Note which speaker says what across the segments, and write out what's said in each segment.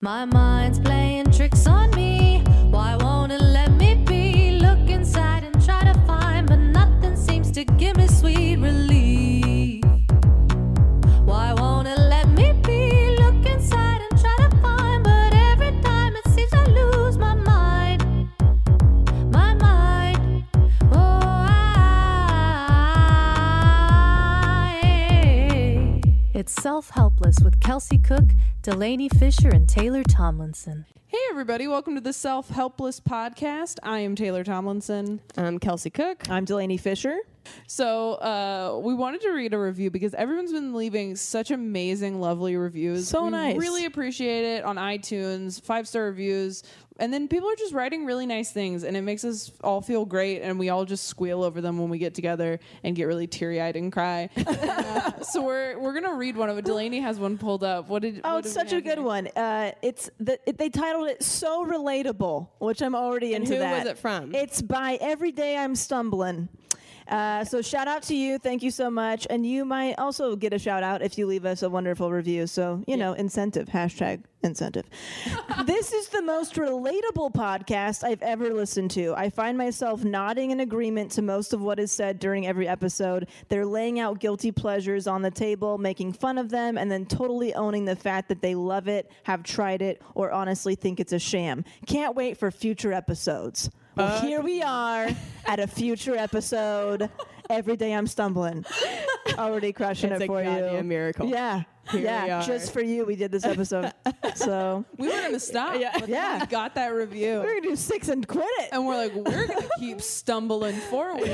Speaker 1: My mind's playing tricks on me. Why won't it let me be? Look inside and try to find, but nothing seems to give me sweet relief. Why won't it let me be? Look inside and try to find, but every time it seems I lose my mind. My mind. Oh, I. It's Self Helpless with Kelsey Cook, Delaney Fisher, and Taylor Tomlinson.
Speaker 2: Hey, everybody, welcome to the Self Helpless Podcast. I am Taylor Tomlinson.
Speaker 3: I'm Kelsey Cook.
Speaker 4: I'm Delaney Fisher.
Speaker 2: So, uh, we wanted to read a review because everyone's been leaving such amazing, lovely reviews.
Speaker 3: So
Speaker 2: We
Speaker 3: nice.
Speaker 2: Really appreciate it on iTunes, five star reviews. And then people are just writing really nice things, and it makes us all feel great. And we all just squeal over them when we get together and get really teary eyed and cry. Uh, so, we're, we're going to read one of it. Delaney has one pulled up. What did
Speaker 3: Oh,
Speaker 2: what
Speaker 3: it's
Speaker 2: did we
Speaker 3: such a
Speaker 2: have
Speaker 3: good
Speaker 2: here?
Speaker 3: one. Uh, it's the, it, they titled it "So Relatable," which I'm already
Speaker 2: And
Speaker 3: into.
Speaker 2: who was
Speaker 3: that.
Speaker 2: it from?
Speaker 3: It's by Every Day I'm Stumbling. Uh, so shout out to you, thank you so much, and you might also get a shout out if you leave us a wonderful review. So you know, incentive hashtag incentive. this is the most relatable podcast I've ever listened to. I find myself nodding in agreement to most of what is said during every episode. They're laying out guilty pleasures on the table, making fun of them, and then totally owning the fact that they love it, have tried it, or honestly think it's a sham. Can't wait for future episodes. Well, here we are at a future episode. Every day I'm stumbling. Already crushing
Speaker 5: It's
Speaker 3: it
Speaker 5: a
Speaker 3: for you.
Speaker 5: goddamn miracle.
Speaker 3: Yeah.
Speaker 5: we
Speaker 3: yeah.
Speaker 5: are.
Speaker 3: Just for you, we did this episode. so
Speaker 2: We were going to stop. Yeah. But then
Speaker 3: Yeah.
Speaker 2: we got that review.
Speaker 3: we're gonna do six and quit it.
Speaker 2: and we're like, we're gonna keep stumbling forward,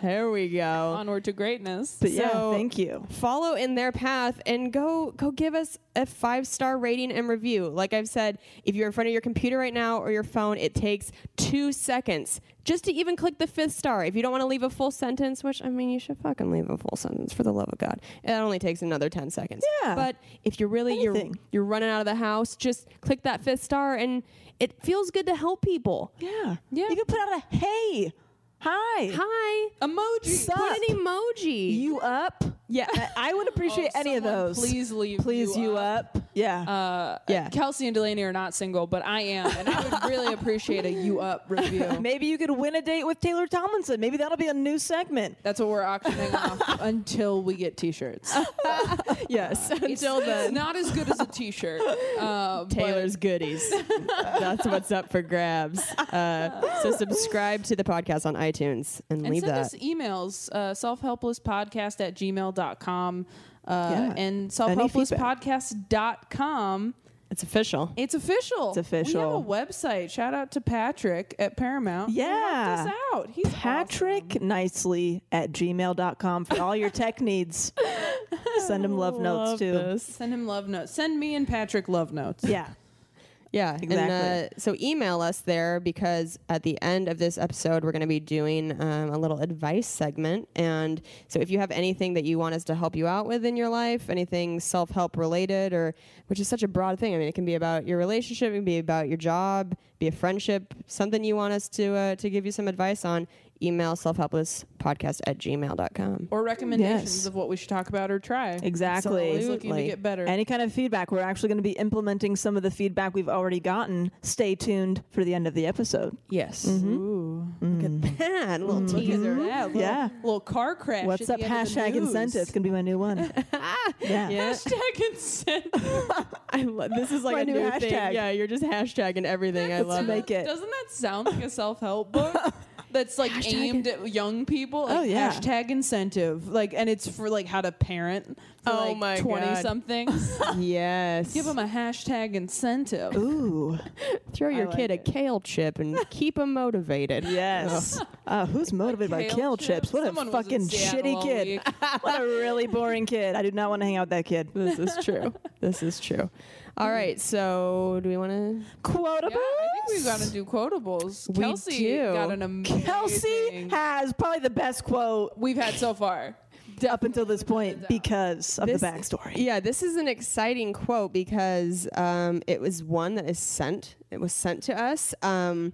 Speaker 5: Here we go.
Speaker 2: onward to greatness.
Speaker 3: but yeah,
Speaker 5: so-
Speaker 3: thank you.
Speaker 5: Follow in their path and go go give us a five star rating and review. Like I've said, if you're in front of your computer right now or your phone, it takes two seconds just to even click the fifth star. If you don't want to leave a full sentence, which I mean, you should fucking leave a full sentence for the love of God. It only takes another ten seconds.
Speaker 3: Yeah.
Speaker 5: But if you're really you're
Speaker 3: Anything.
Speaker 5: you're running out of the house, just click that fifth star and it feels good to help people.
Speaker 3: Yeah.
Speaker 5: Yeah.
Speaker 3: You can put out a hey. Hi.
Speaker 5: Hi.
Speaker 2: Emoji.
Speaker 3: Sup?
Speaker 5: Put an emoji.
Speaker 3: You up?
Speaker 5: yeah.
Speaker 3: I- I would appreciate
Speaker 2: Oh,
Speaker 3: any of
Speaker 2: someone
Speaker 3: those.
Speaker 2: please leave
Speaker 3: Please
Speaker 2: you
Speaker 3: you, up. Yeah.
Speaker 2: Uh,
Speaker 5: Yeah.
Speaker 2: Kelsey and Delaney are not single, but I am, and I would really appreciate a you up review.
Speaker 3: Maybe you could win a date with Taylor Tomlinson. Maybe that'll be a new segment.
Speaker 2: That's what we're auctioning off until we get T-shirts.
Speaker 5: yes. Until
Speaker 2: it's, it's
Speaker 5: then.
Speaker 2: not as good as a T-shirt. Uh, but-
Speaker 5: Taylor's goodies. That's what's up for grabs. Uh, so subscribe to the podcast on iTunes and,
Speaker 2: and
Speaker 5: leave
Speaker 2: send
Speaker 5: that.
Speaker 2: us emails uh, selfhelplesspodcast at gmail.com uh,
Speaker 3: Yeah.
Speaker 2: and
Speaker 3: Any feedback.
Speaker 2: selfhelplesspodcast.com
Speaker 5: it's official.
Speaker 2: It's official.
Speaker 3: It's official.
Speaker 2: We have a website. Shout out to Patrick at Paramount. who
Speaker 3: Yeah.
Speaker 2: helped us out. He's
Speaker 3: Patrick
Speaker 2: awesome.
Speaker 3: nicely at gmail.com for all your tech needs. Send him love notes too.
Speaker 2: Send him love notes. Send me and Patrick love notes.
Speaker 3: Yeah.
Speaker 5: Yeah, And, uh,
Speaker 3: Exactly.
Speaker 5: so email us there because at the end of this episode, we're going to be doing um, a little advice segment. And so if you have anything that you want us to help you out with in your life, anything self help related, or which is such a broad thing. I mean, it can be about your relationship, it can be about your job, be a friendship, something you want us to uh, to give you some advice on. Email selfhelplesspodcast at gmail.com.
Speaker 2: or recommendations
Speaker 3: Yes.
Speaker 2: of what we should talk about or try.
Speaker 3: Exactly.
Speaker 2: So always looking to
Speaker 5: Absolutely.
Speaker 2: get better.
Speaker 3: Any kind of feedback. We're actually going to be implementing some of the feedback we've already gotten. Stay tuned for the end of the episode.
Speaker 5: Yes.
Speaker 3: Mm-hmm.
Speaker 2: Ooh.
Speaker 5: a little teaser.
Speaker 2: Yeah. Little,
Speaker 3: Yeah.
Speaker 2: Little car crash.
Speaker 3: What's
Speaker 2: at
Speaker 3: up?
Speaker 2: the end of the
Speaker 3: Hashtag
Speaker 2: news.
Speaker 3: incentive. It's going to be my new one. yeah.
Speaker 2: Hashtag incentive.
Speaker 5: I love this is like
Speaker 3: My
Speaker 5: a
Speaker 3: new
Speaker 5: new, thing.
Speaker 3: hashtag.
Speaker 5: Yeah, you're just hashtagging everything. I love it.
Speaker 3: make it.
Speaker 2: Doesn't that sound like a self help book? That's like aimed at young people. Like
Speaker 3: Oh, yeah.
Speaker 2: Hashtag incentive. Like, and it's for like how to parent. For,
Speaker 5: Oh,
Speaker 2: like,
Speaker 5: my God.
Speaker 2: twenty somethings.
Speaker 5: Yes.
Speaker 2: Give them a hashtag incentive.
Speaker 3: Ooh.
Speaker 5: Throw your
Speaker 3: like
Speaker 5: kid
Speaker 3: it.
Speaker 5: a kale chip and keep them motivated.
Speaker 3: Yes. Uh, who's motivated by
Speaker 2: kale
Speaker 3: kale
Speaker 2: chips?
Speaker 3: chips? What
Speaker 2: Someone
Speaker 3: a
Speaker 2: was
Speaker 3: fucking
Speaker 2: in Seattle
Speaker 3: shitty
Speaker 2: all
Speaker 3: kid. what a really boring kid. I do not want to hang out with that kid.
Speaker 5: This is true. this is true. All right. So, do we want to?
Speaker 3: Quotable.
Speaker 2: Yeah, I think we've got to do quotables.
Speaker 5: We
Speaker 2: Kelsey
Speaker 5: do.
Speaker 2: got an amazing.
Speaker 3: Kelsey has probably the best quote
Speaker 2: we've had so far.
Speaker 3: up until this point because of
Speaker 5: This-
Speaker 3: the backstory.
Speaker 5: Yeah, this is an exciting quote because um, it was one that is sent. It was sent to us um,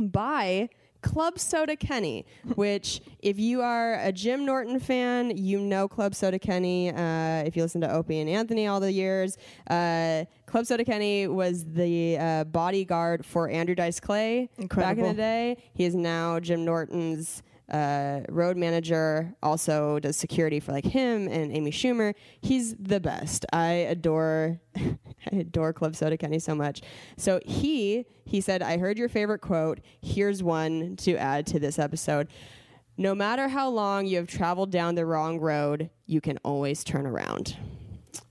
Speaker 5: by Club Soda Kenny, which, if you are a Jim Norton fan, you know Club Soda Kenny. Uh, if you listen to Opie and Anthony all the years, uh, Club Soda Kenny was the uh, bodyguard for Andrew Dice Clay back in
Speaker 3: Incredible.
Speaker 5: the day. He is now Jim Norton's uh, road manager, also does security for like him and Amy Schumer. He's the best. I adore, I adore Club Soda Kenny so much. So he he said, "I heard your favorite quote. Here's one to add to this episode." No matter how long you have traveled down the wrong road, you can always turn around.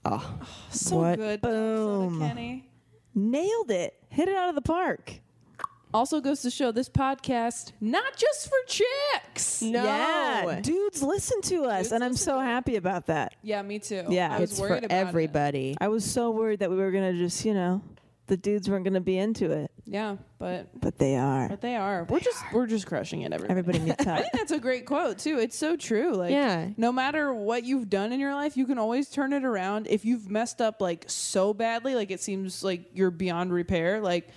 Speaker 5: Oh,
Speaker 2: So
Speaker 5: What?
Speaker 2: good.
Speaker 3: Boom.
Speaker 2: Soda Kenny.
Speaker 3: Nailed it. Hit it out of the park.
Speaker 2: Also goes to show this podcast not just for chicks.
Speaker 3: Mm.
Speaker 5: no.
Speaker 3: Yeah. Dudes listen to us, and I'm so happy about that.
Speaker 2: Yeah, me too.
Speaker 3: Yeah.
Speaker 2: I was
Speaker 5: it's
Speaker 2: worried
Speaker 5: for
Speaker 2: about it.
Speaker 5: everybody.
Speaker 3: I was so worried that we were going to just, you know, the dudes weren't going to be into it,
Speaker 2: Yeah, but
Speaker 3: but they are.
Speaker 2: but they are. we're just we're just crushing it. Everybody.
Speaker 3: Everybody needs help.
Speaker 2: That's a great quote too. It's so true. Like,
Speaker 5: Yeah.
Speaker 2: no matter what you've done in your life, you can always turn it around. If you've messed up like so badly, like it seems like you're beyond repair, like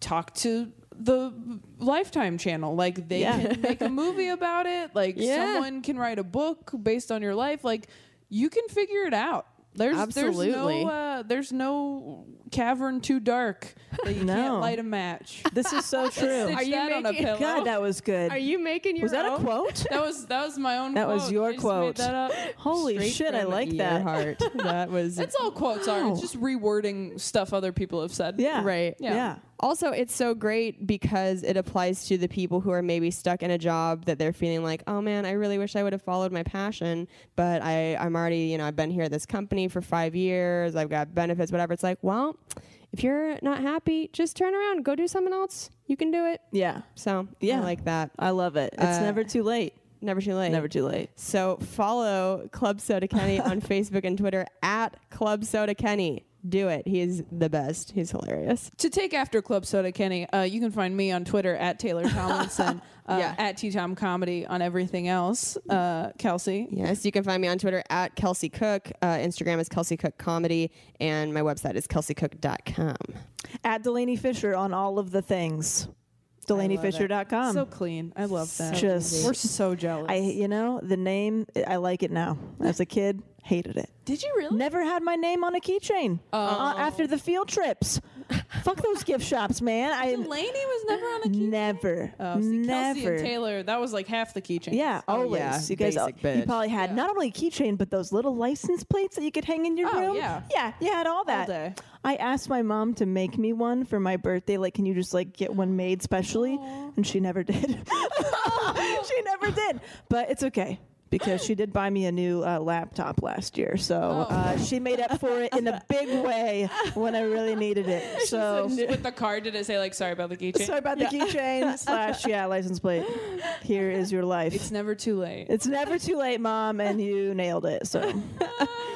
Speaker 2: talk to the Lifetime channel. Like they
Speaker 3: Yeah.
Speaker 2: can make a movie about it. Like
Speaker 5: Yeah.
Speaker 2: someone can write a book based on your life. Like you can figure it out. There's there's
Speaker 5: Absolutely.
Speaker 2: no uh, there's no cavern too dark that you
Speaker 3: No.
Speaker 2: can't light a match.
Speaker 3: This is so true.
Speaker 2: Stitch
Speaker 5: you
Speaker 2: that on a
Speaker 5: making-
Speaker 2: pillow.
Speaker 3: God, that was good.
Speaker 5: Are you making your
Speaker 3: was that a
Speaker 5: own?
Speaker 3: quote?
Speaker 2: That was that was my own.
Speaker 3: That
Speaker 2: quote.
Speaker 3: was your
Speaker 2: I Oh, just made
Speaker 3: quote.
Speaker 2: that up.
Speaker 3: Holy
Speaker 5: Straight
Speaker 3: shit, I
Speaker 5: from
Speaker 3: like
Speaker 5: your
Speaker 3: that.
Speaker 5: Heart. That was
Speaker 2: That's all quotes are. It's just rewording stuff other people have said.
Speaker 3: Yeah.
Speaker 5: Right.
Speaker 3: Yeah.
Speaker 2: Yeah.
Speaker 5: Also, it's so great because it applies to the people who are maybe stuck in a job that they're feeling like, oh man, I really wish I would have followed my passion, but I, I'm already, you know, I've been here at this company for five years, I've got benefits, whatever. It's like, well, if you're not happy, just turn around, go do something else. You can do it.
Speaker 3: Yeah.
Speaker 5: So yeah.
Speaker 3: Yeah.
Speaker 5: I like that. Uh,
Speaker 3: I love it. It's
Speaker 2: Uh,
Speaker 3: never too late.
Speaker 5: Never too late.
Speaker 3: Never too late.
Speaker 5: So follow Club Soda Kenny on Facebook and Twitter at Club Soda Kenny. Do it. He is the best. He's hilarious.
Speaker 2: To take after Club Soda Kenny, uh, you can find me on Twitter at Taylor Tomlinson, uh,
Speaker 5: Yeah.
Speaker 2: at T Tom Comedy on everything else. Uh, Kelsey,
Speaker 5: Yes, you can find me on Twitter at Kelsey Cook. Uh, Instagram is Kelsey Cook Comedy, and my website is kelseycook.com.
Speaker 3: At Delaney Fisher on all of the things. DelaneyFisher.com.
Speaker 2: so clean. I love that.
Speaker 3: Just-
Speaker 2: We're so jealous.
Speaker 3: I, you know, the name, I like it now. As a kid, hated it.
Speaker 2: Did you really? Oh.
Speaker 3: Never had my name on a keychain uh, after the field trips. Fuck those gift shops, man. I
Speaker 2: Delaney was never on a key.
Speaker 3: never,
Speaker 2: Oh, see, Kelsey
Speaker 3: never.
Speaker 2: and Taylor, that was like half the Oh, keychain.
Speaker 3: Yeah, always.
Speaker 5: yeah,
Speaker 3: You guys,
Speaker 5: basic
Speaker 3: you
Speaker 5: bitch.
Speaker 3: probably had not only a keychain, but those little license plates that you could hang in your
Speaker 2: Oh,
Speaker 3: room.
Speaker 2: yeah.
Speaker 3: yeah, you had all that.
Speaker 2: day.
Speaker 3: I asked my mom to make me one for my birthday. Like, can you just like get one made specially? And she never did. she never did. But it's okay. Because she did buy me a new uh, laptop last year, so
Speaker 2: Oh.
Speaker 3: uh, she made up for it in a big way when I really needed it. So
Speaker 2: With the card, did it say like sorry about the keychain?
Speaker 3: sorry about the keychain slash yeah license plate. Here is your life.
Speaker 2: It's never too late.
Speaker 3: It's never too late, mom, and you nailed it. So,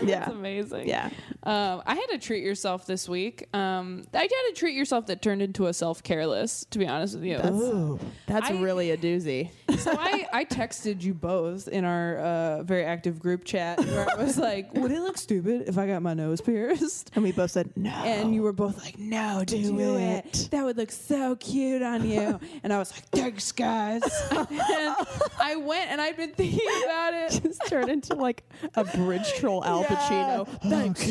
Speaker 3: yeah,
Speaker 2: That's amazing.
Speaker 3: yeah.
Speaker 2: Um, I had a treat yourself this week. Um, I had a treat yourself that turned into a self care list, to be honest with you.
Speaker 5: That's
Speaker 2: I-
Speaker 5: really a doozy.
Speaker 2: So I, I texted you both in our uh, very active group chat where I was like, would it look stupid if I got my nose pierced?
Speaker 3: And we both said no.
Speaker 2: And you were both like, no, do, it.
Speaker 3: it.
Speaker 2: That would look so cute on you. and I was like, thanks, guys. and I went and I'd been thinking about it.
Speaker 5: It's turned into like a bridge troll Al Pacino. Thanks,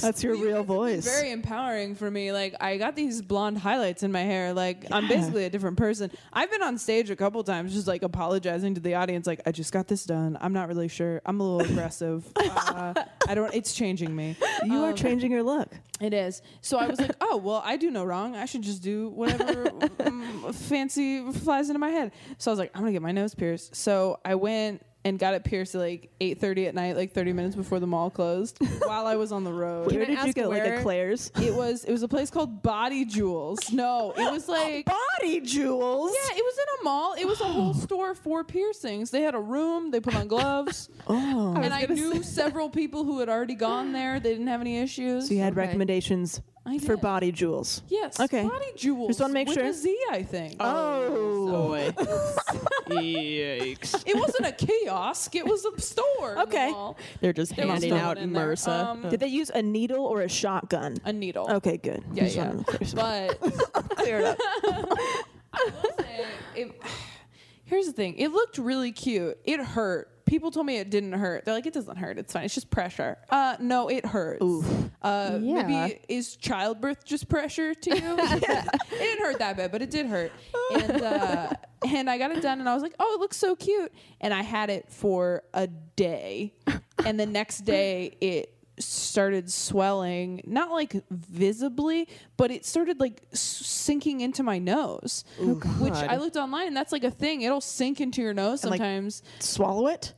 Speaker 3: that's your real voice.
Speaker 2: Very empowering for me. Like I got these blonde highlights in my hair. Like I'm basically a different person. I've been on stage a couple times, just like apologizing to the audience. Like I just got this done. I'm not really sure. I'm a little aggressive. Uh, I don't. It's changing me.
Speaker 3: you
Speaker 2: um,
Speaker 3: are changing your look.
Speaker 2: It is. So I was like, oh, well, I do no wrong. I should just do whatever mm, fancy flies into my head. So I was like, I'm going to get my nose pierced. So I went and got it pierced at like 8.30 at night, like 30 minutes before the mall closed while I was on the road.
Speaker 3: Where
Speaker 5: I
Speaker 3: did you
Speaker 5: ask
Speaker 3: go? Like
Speaker 5: where-
Speaker 3: a Claire's?
Speaker 2: It was it was a place called Body Jewels. No, it was like
Speaker 3: Body jewels.
Speaker 2: yeah, it was in a mall. It was a whole store for piercings. They had a room. They put on gloves. oh, and I, knew several people who had already gone there. They didn't have any issues.
Speaker 3: So you had recommendations
Speaker 2: I
Speaker 3: for
Speaker 2: did.
Speaker 3: body jewels.
Speaker 2: Yes.
Speaker 3: Okay.
Speaker 2: Body jewels.
Speaker 3: Just wanna make
Speaker 2: with
Speaker 3: sure.
Speaker 2: a Z, I think.
Speaker 3: Oh.
Speaker 5: Boy. Yikes.
Speaker 2: It wasn't a kiosk. It was a store. in the
Speaker 3: Okay.
Speaker 2: mall.
Speaker 5: They're just
Speaker 2: There was
Speaker 5: handing
Speaker 2: no
Speaker 5: out
Speaker 2: one in there.
Speaker 5: MRSA.
Speaker 2: Um,
Speaker 3: Did Oh, they use a needle or a shotgun?
Speaker 2: a needle.
Speaker 3: Okay, good.
Speaker 2: Yeah,
Speaker 3: Just
Speaker 2: yeah.
Speaker 3: wanted to clear some-
Speaker 2: But
Speaker 3: clear it up.
Speaker 2: I will say, it, here's the thing. It looked really cute. It hurt. People told me it didn't hurt. They're like, it doesn't hurt. It's fine. It's just pressure. Uh, no, it hurts. Uh,
Speaker 5: Yeah.
Speaker 2: Maybe is childbirth just pressure to you? It didn't hurt that bad, but it did hurt. And uh, and I got it done, and I was like, oh, it looks so cute. And I had it for a day, and the next day it started swelling not like visibly but it started like s- sinking into my nose
Speaker 3: Oh,
Speaker 2: which i looked online and that's like a thing it'll sink into your nose
Speaker 3: like,
Speaker 2: sometimes
Speaker 3: Swallow it?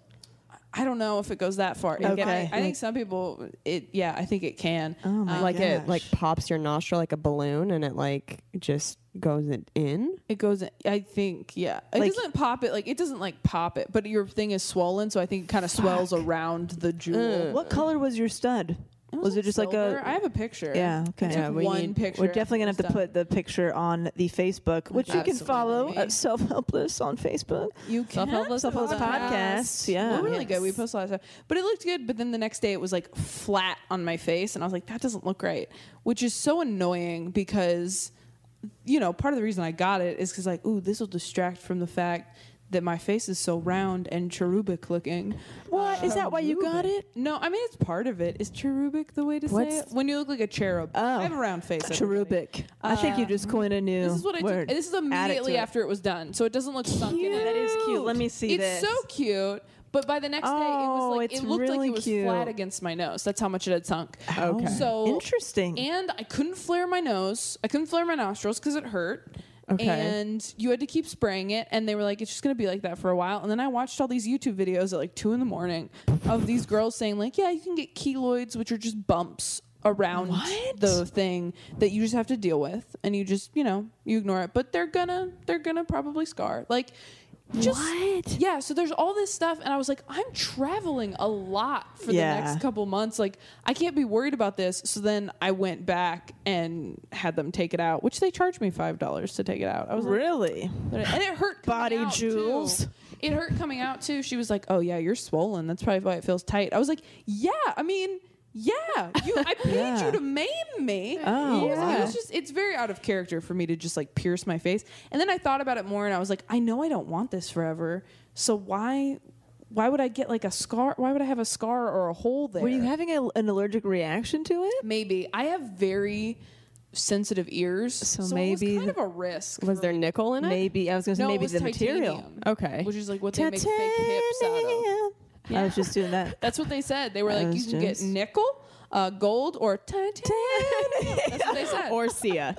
Speaker 2: i don't know if it goes that far It-
Speaker 3: Okay.
Speaker 2: I, I think some people it yeah i think it can oh
Speaker 3: my
Speaker 5: like
Speaker 3: gosh.
Speaker 5: it like pops your nostril like a balloon and it like just goes it in.
Speaker 2: It goes. in- I think yeah. It
Speaker 3: Like-
Speaker 2: doesn't pop it. Like it doesn't like pop it. But your thing is swollen, so I think it kind of swells around the jewel.
Speaker 3: What color was your stud? was, it just
Speaker 2: silver.
Speaker 3: like a
Speaker 2: I have a picture.
Speaker 3: Yeah, okay.
Speaker 2: I took
Speaker 3: Yeah,
Speaker 5: we
Speaker 2: one
Speaker 5: need-
Speaker 2: picture.
Speaker 3: We're definitely gonna have to
Speaker 2: Stuff.
Speaker 3: put the picture on the Facebook, which you can follow
Speaker 2: Absolutely.
Speaker 3: at Self Helpless on Facebook.
Speaker 2: You can
Speaker 5: Self-helpless
Speaker 3: Self-helpless podcast. Yeah.
Speaker 2: we're really
Speaker 3: Yes.
Speaker 2: good. We post a lot of stuff, but it looked good. But then the next day, it was like flat on my face, and I was like, that doesn't look right, which is so annoying because, you know, part of the reason I got it is because like, ooh, this will distract from the fact that my face is so round and cherubic looking.
Speaker 3: What? Is that why you got it?
Speaker 2: No, I mean it's part of it. Is cherubic the way to say
Speaker 5: What's-
Speaker 2: it? When you look like a cherub.
Speaker 3: Oh.
Speaker 2: I have a round face. everybody.
Speaker 3: Cherubic. I think you just coined a new.
Speaker 2: This is what I
Speaker 3: word.
Speaker 2: did. This is
Speaker 3: Add it to
Speaker 2: immediately
Speaker 3: it.
Speaker 2: after it was done, so it doesn't look sunk in.
Speaker 3: That is cute. Let me see this.
Speaker 2: it's so cute. But by the next day, it
Speaker 3: Oh,
Speaker 2: was like
Speaker 3: it's
Speaker 2: it looked
Speaker 3: really
Speaker 2: like it was
Speaker 3: cute.
Speaker 2: flat against my nose. That's how much it had sunk.
Speaker 5: Okay.
Speaker 2: So
Speaker 3: Interesting.
Speaker 2: And I couldn't flare my nose. I couldn't flare my nostrils because it hurt.
Speaker 5: Okay.
Speaker 2: And you had to keep spraying it, and they were like, "It's just gonna be like that for a while." And then I watched all these YouTube videos at like two in the morning of these girls saying, "Like, yeah, you can get keloids, which are just bumps around the thing that you just have to deal with, and you just, you know, you ignore it, but they're gonna, they're gonna probably scar." Like, just yeah. So there's all this stuff, and I was like, I'm traveling a lot for
Speaker 3: Yeah.
Speaker 2: the next couple months. Like, I can't be worried about this. So then I went back and had them take it out, which they charged me five dollars to take it out. I was like,
Speaker 3: really?
Speaker 2: and it hurt. coming
Speaker 3: Body
Speaker 2: out, too.
Speaker 3: jewels.
Speaker 2: It hurt coming out too. She was like, "Oh yeah, you're swollen. That's probably why it feels tight." I was like, "Yeah, I mean." Yeah, you, I paid
Speaker 3: Yeah.
Speaker 2: you to maim me.
Speaker 3: Oh,
Speaker 2: It was- it
Speaker 3: wow.
Speaker 2: was just it's very out of character for me to just like pierce my face. And then I thought about it more and I was like, I know I don't want this forever. So why why would I get like a scar? Why would I have a scar or a hole there?
Speaker 3: Were you having a, an allergic reaction to it?
Speaker 2: maybe I have very sensitive ears. So, it
Speaker 3: maybe-
Speaker 2: was kind of a risk.
Speaker 5: Was
Speaker 2: for
Speaker 5: there nickel in it?
Speaker 3: Maybe I was gonna say
Speaker 2: no,
Speaker 3: maybe
Speaker 2: it was
Speaker 3: the material.
Speaker 2: titanium,
Speaker 5: Okay.
Speaker 2: Which is like what they make fake hips out of.
Speaker 3: Titanium. I was just doing that.
Speaker 2: That's what they said. They were like,
Speaker 3: was
Speaker 2: you can get
Speaker 3: just-
Speaker 2: nickel, uh, gold, or titanium. That's what they said.
Speaker 5: or Sia.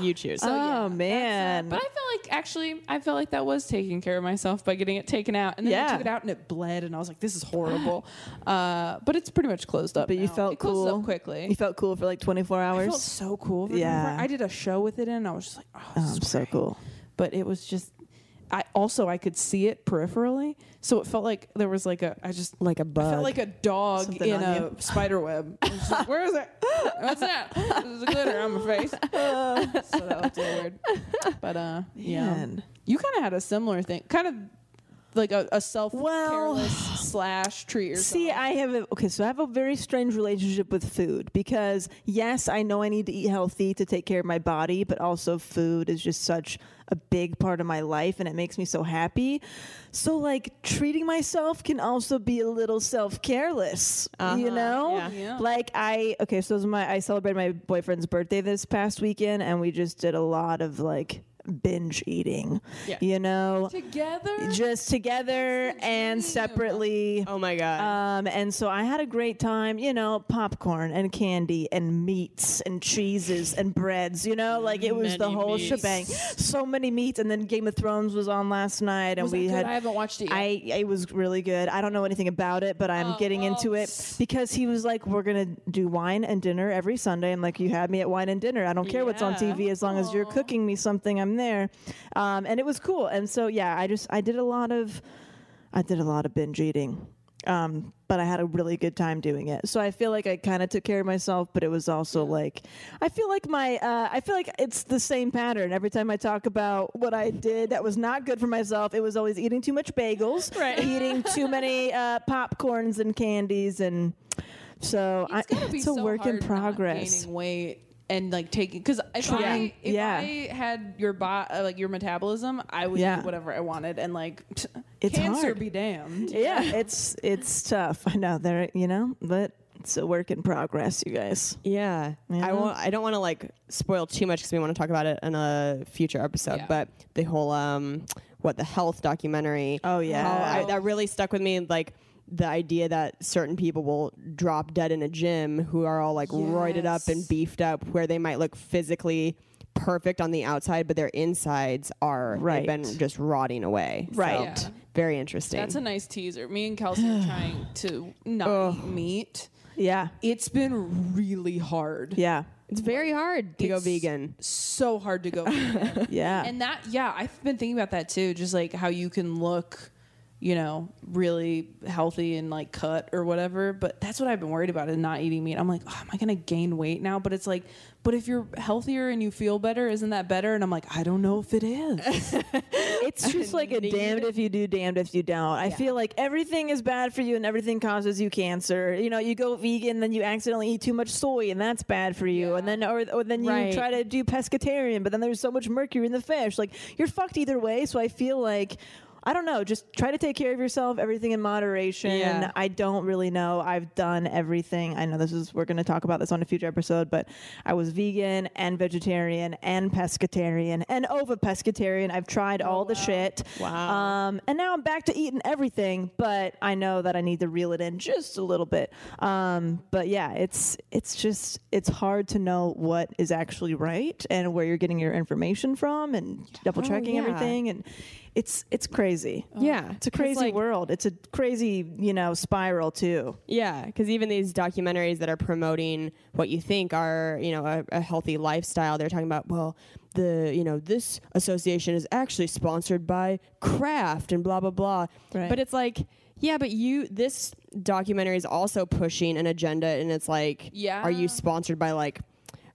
Speaker 5: you choose.
Speaker 2: So, yeah,
Speaker 3: oh
Speaker 2: that's, uh,
Speaker 3: man.
Speaker 2: but I felt like actually, I felt like that was taking care of myself by getting it taken out, and then
Speaker 3: Yeah.
Speaker 2: I took it out and it bled, and I was like, "This is horrible." Uh, but it's pretty much closed up.
Speaker 3: But you
Speaker 2: now.
Speaker 3: felt
Speaker 2: it
Speaker 3: cool.
Speaker 2: closed up quickly.
Speaker 3: You felt cool for like 24
Speaker 2: I
Speaker 3: hours.
Speaker 2: felt so cool. for
Speaker 3: Yeah.
Speaker 2: I did a show with it, and I was just like, "Oh, this
Speaker 3: oh,
Speaker 2: is
Speaker 3: so
Speaker 2: great."
Speaker 3: cool.
Speaker 2: But it was just. I also I could see it peripherally, so it felt like there was like a I just
Speaker 6: Like a
Speaker 2: I
Speaker 6: bug.
Speaker 2: felt like a dog
Speaker 3: Something on
Speaker 2: in a
Speaker 3: you.
Speaker 2: spider web. I was just like, Where is it? What's that? There's a glitter on my face. so that was a little weird. But uh, yeah,
Speaker 3: Man.
Speaker 2: you kind of had a similar thing, kind of like a, a self
Speaker 3: Well,
Speaker 2: careless slash treat yourself.
Speaker 3: See, I have a, okay, so I have a very strange relationship with food because yes, I know I need to eat healthy to take care of my body, but also food is just such a big part of my life and it makes me so happy. So like treating myself can also be a little self-careless, you know?
Speaker 5: yeah.
Speaker 3: Like I okay, so it was my I celebrated my boyfriend's birthday this past weekend and we just did a lot of like binge eating,
Speaker 2: Yeah.
Speaker 3: you know?
Speaker 2: together.
Speaker 3: Just together and separately.
Speaker 5: Oh my god.
Speaker 3: Um, and so I had a great time, you know, popcorn and candy and meats and cheeses and breads, you know, like it was the
Speaker 5: Many
Speaker 3: whole
Speaker 5: meats.
Speaker 3: shebang. So many meats. And then Game of Thrones was on last night and
Speaker 2: Was that
Speaker 3: we
Speaker 2: good?
Speaker 3: had,
Speaker 2: I haven't watched it yet. Oh,
Speaker 3: I, it was really good. I don't know anything about it, but I'm getting into it because he was like, we're going to do wine and dinner every Sunday. I'm like, you had me at wine and dinner. I don't care what's on
Speaker 5: Yeah.
Speaker 3: TV as long as you're cooking me something, I'm there. Um, and it was cool. And so, yeah, I just, I did a lot of, I did a lot of binge eating, um, but I had a really good time doing it. So I feel like I kind of took care of myself, but it was also like I feel like my uh, I feel like it's the same pattern every time I talk about what I did that was not good for myself. It was always eating too much bagels, eating too many uh, popcorns and candies, and so I,
Speaker 2: It's gotta be
Speaker 3: it's a
Speaker 2: so
Speaker 3: work in
Speaker 2: hard not
Speaker 3: progress.
Speaker 2: Gaining weight and like taking because if
Speaker 3: Trying-
Speaker 2: I if
Speaker 3: yeah.
Speaker 2: I had your bo- uh, like your metabolism, I would
Speaker 3: Yeah.
Speaker 2: eat whatever I wanted and like t-
Speaker 3: It's
Speaker 2: cancer
Speaker 3: hard.
Speaker 2: be damned.
Speaker 3: Yeah, it's it's tough. I know there, you know, but it's a work in progress, you guys.
Speaker 5: Yeah.
Speaker 3: Yeah.
Speaker 5: I won't, I don't want to like spoil too much because we want to talk about it in a future episode.
Speaker 2: Yeah.
Speaker 5: But the whole um, what the health documentary.
Speaker 3: Oh, yeah.
Speaker 5: how I, that really stuck with me. Like the idea that certain people will drop dead in a gym who are all like roided up and beefed up, where they might look physically perfect on the outside, but their insides are
Speaker 3: Right.
Speaker 5: they've been just rotting away.
Speaker 3: Right.
Speaker 5: So,
Speaker 2: Yeah.
Speaker 5: Very interesting.
Speaker 2: That's a nice teaser. Me and Kelsey are trying to not eat meat.
Speaker 3: Yeah,
Speaker 2: It's been really hard.
Speaker 3: yeah,
Speaker 5: it's very hard to go
Speaker 2: It's-
Speaker 5: vegan.
Speaker 2: So hard to go. vegan.
Speaker 3: yeah.
Speaker 2: And that, yeah, I've been thinking about that too. Just like how you can look, you know, really healthy and like cut or whatever. But that's what I've been worried about is not eating meat. I'm like, oh, am I going to gain weight now? But it's like, but if you're healthier and you feel better, isn't that better? And I'm like, I don't know if it is.
Speaker 3: It's just like a damned if you do, damned if you don't. I feel like everything is bad for you and everything causes you cancer. You know, you go vegan, then you accidentally eat too much soy and that's bad for you. And then, or, or then you
Speaker 5: Right.
Speaker 3: try to do pescatarian, but then there's so much mercury in the fish. Like, you're fucked either way. So I feel like. I don't know. Just try to take care of yourself. Everything in moderation.
Speaker 5: Yeah.
Speaker 3: I don't really know. I've done everything. I know this is we're going to talk about this on a future episode, but I was vegan and vegetarian and pescatarian and over pescatarian. I've tried
Speaker 2: Oh,
Speaker 3: all the shit. Wow. Um, and now I'm back to eating everything, but I know that I need to reel it in just a little bit. Um, but yeah, it's it's just it's hard to know what is actually right and where you're getting your information from and double
Speaker 2: Oh,
Speaker 3: checking
Speaker 5: yeah.
Speaker 3: everything and it's it's crazy.
Speaker 5: Yeah.
Speaker 3: It's a
Speaker 5: 'Cause,
Speaker 3: crazy
Speaker 5: like,
Speaker 3: world. It's a crazy, you know, spiral too.
Speaker 5: Yeah, because even these documentaries that are promoting what you think are, you know, a, a healthy lifestyle, they're talking about, well, the, you know, this association is actually sponsored by Kraft and blah, blah, blah.
Speaker 3: Right.
Speaker 5: But it's like, yeah, but you, this documentary is also pushing an agenda and it's like,
Speaker 2: Yeah.
Speaker 5: are you sponsored by like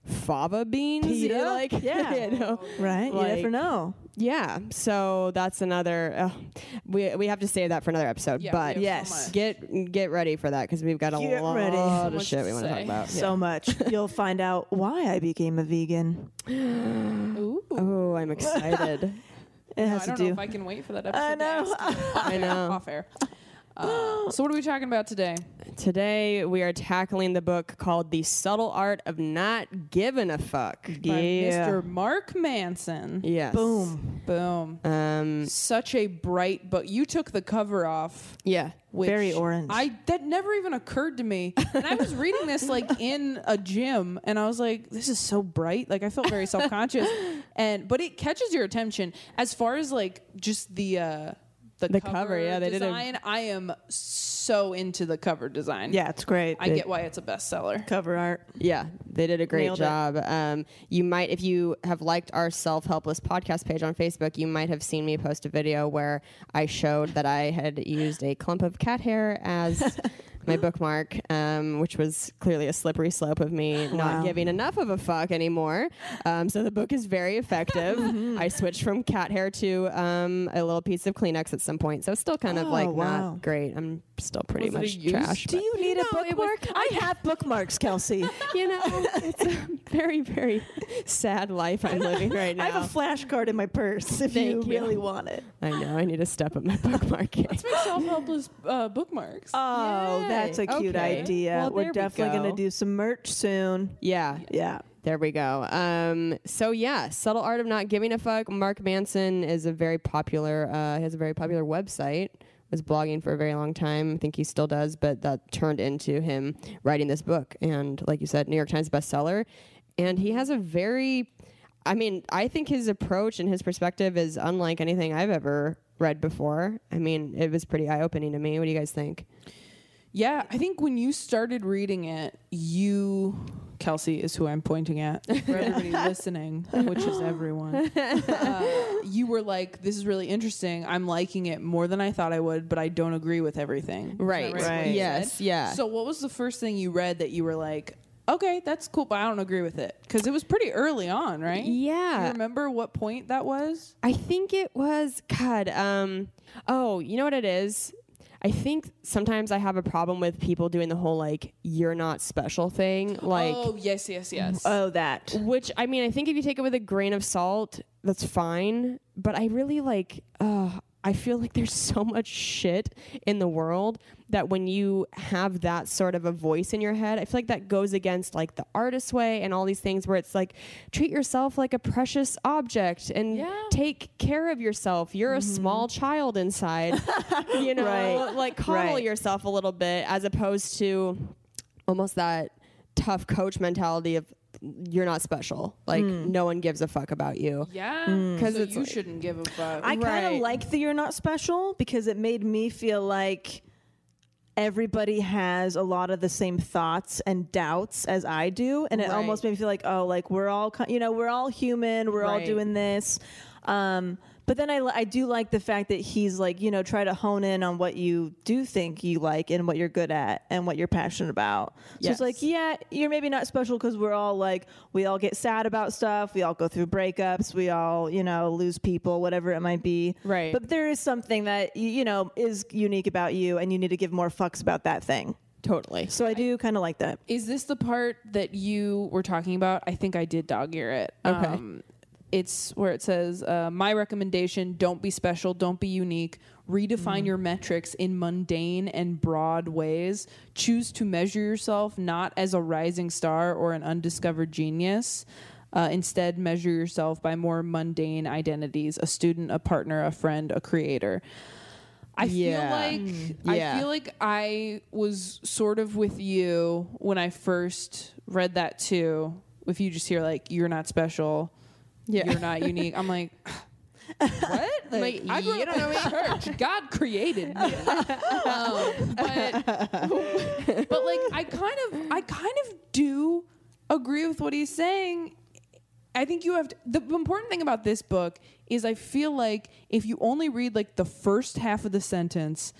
Speaker 5: fava beans? You
Speaker 3: Pita?
Speaker 5: Like,
Speaker 3: Yeah.
Speaker 5: you know?
Speaker 3: Right? you never
Speaker 5: Like-
Speaker 3: know.
Speaker 5: Yeah. So that's another, uh, we, we have to save that for another episode.
Speaker 2: Yeah, we
Speaker 5: but
Speaker 2: have so
Speaker 3: Yes.
Speaker 2: much.
Speaker 5: get get ready for that because we've got a
Speaker 3: Get
Speaker 5: lot
Speaker 3: ready. So
Speaker 5: of
Speaker 2: much
Speaker 5: shit
Speaker 2: to
Speaker 5: we want to talk
Speaker 2: say.
Speaker 5: about.
Speaker 3: So much. You'll find out why I became a vegan.
Speaker 5: Oh, I'm excited.
Speaker 3: It
Speaker 2: I
Speaker 3: has
Speaker 2: don't
Speaker 3: to
Speaker 2: know
Speaker 3: do.
Speaker 2: if I can wait for that episode. to
Speaker 3: know.
Speaker 2: ask you. Off air,
Speaker 5: know.
Speaker 2: Off air. Uh, so what are we talking about today?
Speaker 5: Today we are tackling the book called "The Subtle Art of Not Giving a Fuck."
Speaker 2: By
Speaker 3: Yeah.
Speaker 2: Mr. Mark Manson.
Speaker 5: Yes.
Speaker 3: Boom.
Speaker 2: Boom.
Speaker 5: Um.
Speaker 2: Such a bright book. You took the cover off.
Speaker 5: Yeah.
Speaker 2: which
Speaker 3: Very orange.
Speaker 2: I that never even occurred to me. And I was reading this like in a gym, and I was like, "This is so bright." Like I felt very self conscious, and but it catches your attention as far as like just the uh, the,
Speaker 5: The cover, yeah, they did a-
Speaker 2: design. I am. So so into the cover design.
Speaker 3: Yeah, it's great.
Speaker 2: I get why it's a bestseller.
Speaker 3: cover art.
Speaker 5: Yeah, they did a great
Speaker 3: Nailed it.
Speaker 5: job. Um, you might, if you have liked our self helpless podcast page on Facebook, you might have seen me post a video where I showed that I had used a clump of cat hair as my bookmark, um, which was clearly a slippery slope of me not giving enough of a fuck anymore. Um, so the book is very effective.
Speaker 3: Mhm.
Speaker 5: I switched from cat hair to um, a little piece of Kleenex at some point. So it's still kind of like
Speaker 3: Oh, wow.
Speaker 5: not great. I'm still pretty
Speaker 2: Was it a
Speaker 5: much
Speaker 2: use?
Speaker 5: trash.
Speaker 3: Do
Speaker 5: but-
Speaker 3: you need a
Speaker 5: know, it was-
Speaker 3: bookmark? I have bookmarks, Kelsey.
Speaker 5: you know, it's a very, very sad life I'm living right now.
Speaker 3: I have a flashcard in my purse if
Speaker 5: Thank
Speaker 3: you
Speaker 5: you.
Speaker 3: really want it.
Speaker 5: I know. I need to step up my bookmarking.
Speaker 2: Let's make self-helpless uh, bookmarks.
Speaker 3: Oh, that's a cute
Speaker 5: Okay.
Speaker 3: idea.
Speaker 5: Well,
Speaker 3: We're
Speaker 5: there we
Speaker 3: definitely going
Speaker 5: go.
Speaker 3: to do some merch soon.
Speaker 5: yeah.
Speaker 3: Yeah.
Speaker 5: There we go. Um, so yeah, subtle art of not giving a fuck. Mark Manson is a very popular. Uh, he has a very popular website. Was blogging for a very long time. I think he still does, but that turned into him writing this book. And like you said, New York Times bestseller. And he has a very, I mean, I think his approach and his perspective is unlike anything I've ever read before. I mean, it was pretty eye opening to me. What do you guys think?
Speaker 2: Yeah, I think when you started reading it, you, Kelsey, is who I'm pointing at for everybody listening, which is everyone. Uh, you were like, "This is really interesting. I'm liking it more than I thought I would, but I don't agree with everything." Is that what you
Speaker 5: Right.
Speaker 2: said?
Speaker 5: Yes, yeah.
Speaker 2: So, what was the first thing you read that you were like, "Okay, that's cool, but I don't agree with it"? Because it was pretty early on, right? Do you
Speaker 5: Yeah.
Speaker 2: remember what point that was?
Speaker 5: I think it was God. Um, oh, you know what it is. I think sometimes I have a problem with people doing the whole like "you're not special" thing. Like, uh,
Speaker 2: oh yes, yes, yes.
Speaker 3: Oh, that.
Speaker 5: which I mean, I think if you take it with a grain of salt, that's fine. But I really like. Uh, I feel like there's so much shit in the world that when you have that sort of a voice in your head, I feel like that goes against like the artist's way and all these things where it's like treat yourself like a precious object and take care of yourself. You're a small child inside, you know,
Speaker 3: Right.
Speaker 5: like coddle
Speaker 3: Right.
Speaker 5: yourself a little bit as opposed to almost that tough coach mentality of you're not special. Like
Speaker 3: Hmm.
Speaker 5: no one gives a fuck about you.
Speaker 2: yeah,
Speaker 5: 'Cause
Speaker 2: because
Speaker 5: it's
Speaker 2: you
Speaker 5: like-
Speaker 2: shouldn't give a fuck.
Speaker 3: I kind of
Speaker 5: Right.
Speaker 3: like the you're not special because it made me feel like everybody has a lot of the same thoughts and doubts as I do and it
Speaker 5: Right.
Speaker 3: almost made me feel like oh like we're all ki- you know we're all human we're all
Speaker 5: Right.
Speaker 3: doing this um but then I, li- I do like the fact that he's like you know try to hone in on what you do think you like and what you're good at and what you're passionate about so it's
Speaker 5: Yes.
Speaker 3: like yeah you're maybe not special because we're all like we all get sad about stuff we all go through breakups we all you know lose people whatever it might be
Speaker 5: Right.
Speaker 3: but there is something that y- you know is unique about you and you need to give more fucks about that thing
Speaker 5: Totally.
Speaker 3: so i do kind of like that
Speaker 2: Is this the part that you were talking about? I think I did dog ear it. Um,
Speaker 5: Okay.
Speaker 2: it's where it says, uh, My recommendation don't be special, don't be unique. Redefine your metrics in mundane and broad ways. Choose to measure yourself not as a rising star or an undiscovered genius. Uh, instead, measure yourself by more mundane identities a student, a partner, a friend, a creator. I
Speaker 5: Yeah. Mm.
Speaker 2: feel like I
Speaker 5: Yeah.
Speaker 2: feel like I was sort of with you when I first read that too. If you just hear like you're not special,
Speaker 5: Yeah.
Speaker 2: you're not unique, I'm like, what? Like, I grew
Speaker 5: you
Speaker 2: up in a church. God created me. Um, but but like I kind of I kind of do agree with what he's saying. I think you have to, the important thing about this book is I feel like if you only read like the first half of the sentence,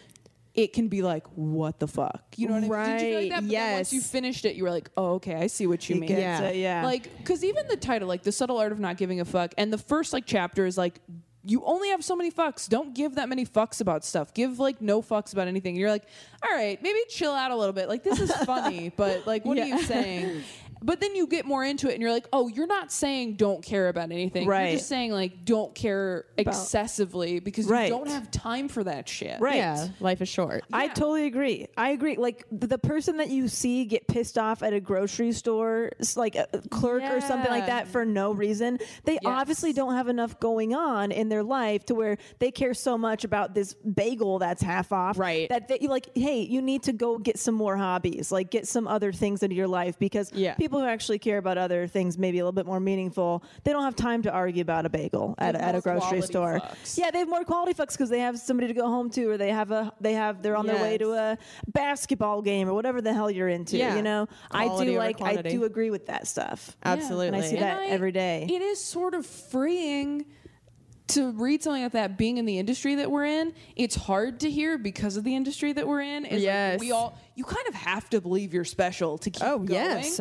Speaker 2: it can be like what the fuck, you know what I mean? Did you feel like
Speaker 5: Right,
Speaker 2: that? But then once
Speaker 5: yes.
Speaker 2: you finished it, you were like, oh okay, I see what you mean.
Speaker 3: gets
Speaker 5: Yeah.
Speaker 3: it, yeah
Speaker 2: Like, because even the title, like the subtle art of not giving a fuck, and the first like chapter is like, you only have so many fucks. Don't give that many fucks about stuff. Give like no fucks about anything. And you're like, all right, maybe chill out a little bit. Like this is funny, but like, what are you saying? But then you get more into it, and you're like, oh, you're not saying don't care about anything.
Speaker 3: Right.
Speaker 2: You're just saying like don't care excessively because
Speaker 3: Right.
Speaker 2: you don't have time for that shit.
Speaker 3: right
Speaker 5: Yeah. Life is short.
Speaker 3: I totally agree. I agree. Like th- the person that you see get pissed off at a grocery store, s- like a a clerk or something like
Speaker 5: Yeah.
Speaker 3: that, for no reason. They obviously don't have enough going on in their life to where they care so much about this bagel that's half off.
Speaker 5: Right.
Speaker 3: That they, like, hey, you need to go get some more hobbies. Like, get some other things into your life because
Speaker 5: Yeah.
Speaker 3: people people who actually care about other things, maybe a little bit more meaningful, they don't have time to argue about a bagel at,
Speaker 2: have
Speaker 3: at a
Speaker 2: more
Speaker 3: grocery
Speaker 2: quality
Speaker 3: store.
Speaker 2: fucks.
Speaker 3: Yeah, they have more quality fucks because they have somebody to go home to, or they have a they have they're on their way to a
Speaker 5: Yes.
Speaker 3: basketball game or whatever the hell you're into.
Speaker 5: Yeah.
Speaker 3: You know, I
Speaker 5: Quality
Speaker 3: do
Speaker 5: over
Speaker 3: like I
Speaker 5: quantity.
Speaker 3: do agree with that stuff.
Speaker 5: Absolutely.
Speaker 3: And I see
Speaker 2: And
Speaker 3: that every day.
Speaker 2: It is sort of freeing to read something like that being in the industry that we're in. It's hard to hear because of the industry that we're in. Is like
Speaker 5: Yes.
Speaker 2: we all you kind of have to believe you're special to keep
Speaker 5: Oh,
Speaker 2: going.
Speaker 5: yes,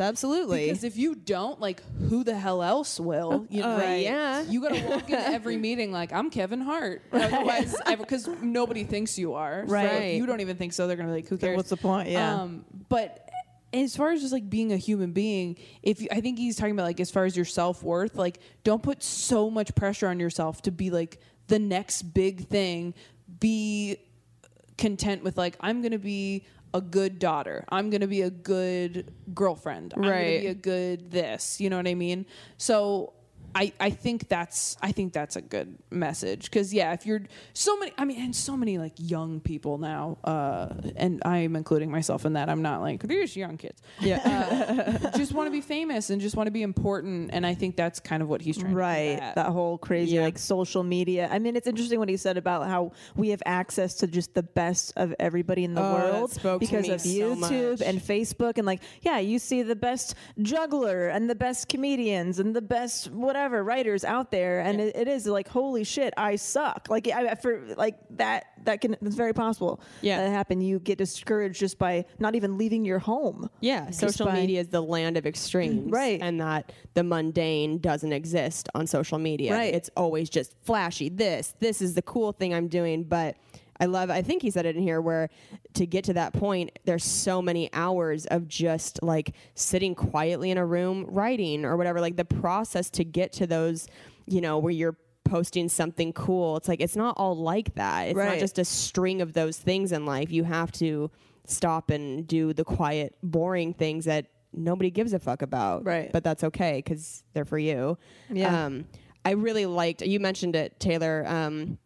Speaker 5: absolutely.
Speaker 2: Because if you don't, like who the hell else will?
Speaker 3: Oh,
Speaker 2: You know,
Speaker 5: Uh, yeah.
Speaker 2: You gotta walk into every meeting like I'm Kevin Hart. Otherwise because nobody thinks you are. So if
Speaker 5: Right.
Speaker 2: you don't even think so, they're gonna be like, who cares?
Speaker 3: what's the point? Yeah.
Speaker 2: Um, but as far as just like being a human being, if you, I think he's talking about like as far as your self worth, like don't put so much pressure on yourself to be like the next big thing. Be content with like I'm gonna be a good daughter. I'm gonna be a good girlfriend. I'm gonna
Speaker 5: Right.
Speaker 2: be a good this. You know what I mean? So I I think that's I think that's a good message because yeah, if you're so many, I mean, and so many like young people now, uh, and I am including myself in that. I'm not like these young kids. Yeah, uh, just want to be famous and just want to be important, and I think that's kind of what he's trying. To
Speaker 3: right
Speaker 2: get at.
Speaker 3: that whole crazy like social media i mean it's interesting what he said about how we have access to just the best of everybody in the
Speaker 5: Oh, that
Speaker 3: world
Speaker 5: spoke to
Speaker 3: because
Speaker 5: me
Speaker 3: of
Speaker 5: so
Speaker 3: youtube
Speaker 5: much.
Speaker 3: and facebook and like yeah you see the best juggler and the best comedians and the best whatever writers out there and it, it is like holy shit i suck like I, I- for like that that can it's very possible
Speaker 5: Yeah.
Speaker 3: that happen you get discouraged just by not even leaving your home
Speaker 5: Yeah,
Speaker 3: Just
Speaker 5: social
Speaker 3: by-
Speaker 5: media is the land of extremes.
Speaker 3: Right.
Speaker 5: And that the mundane doesn't exist on social media.
Speaker 3: Right.
Speaker 5: It's always just flashy. This, this is the cool thing I'm doing. But I love, I think he said it in here where to get to that point, there's so many hours of just like sitting quietly in a room writing or whatever. Like the process to get to those, you know, where you're posting something cool. It's like, it's not all like that. It's
Speaker 3: Right.
Speaker 5: not just a string of those things in life. You have to stop and do the quiet, boring things that nobody gives a fuck about.
Speaker 3: Right.
Speaker 5: But that's okay because they're for you.
Speaker 3: Yeah.
Speaker 5: Um, I really liked, you mentioned it, Taylor. Um,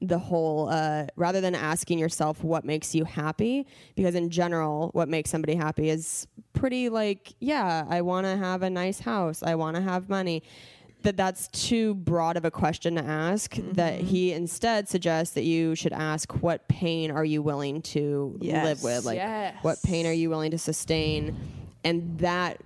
Speaker 5: the whole uh, rather than asking yourself what makes you happy because in general what makes somebody happy is pretty like yeah i want to have a nice house i want to have money that that's too broad of a question to ask that he instead suggests that you should ask what pain are you willing to live with like what pain are you willing to sustain and that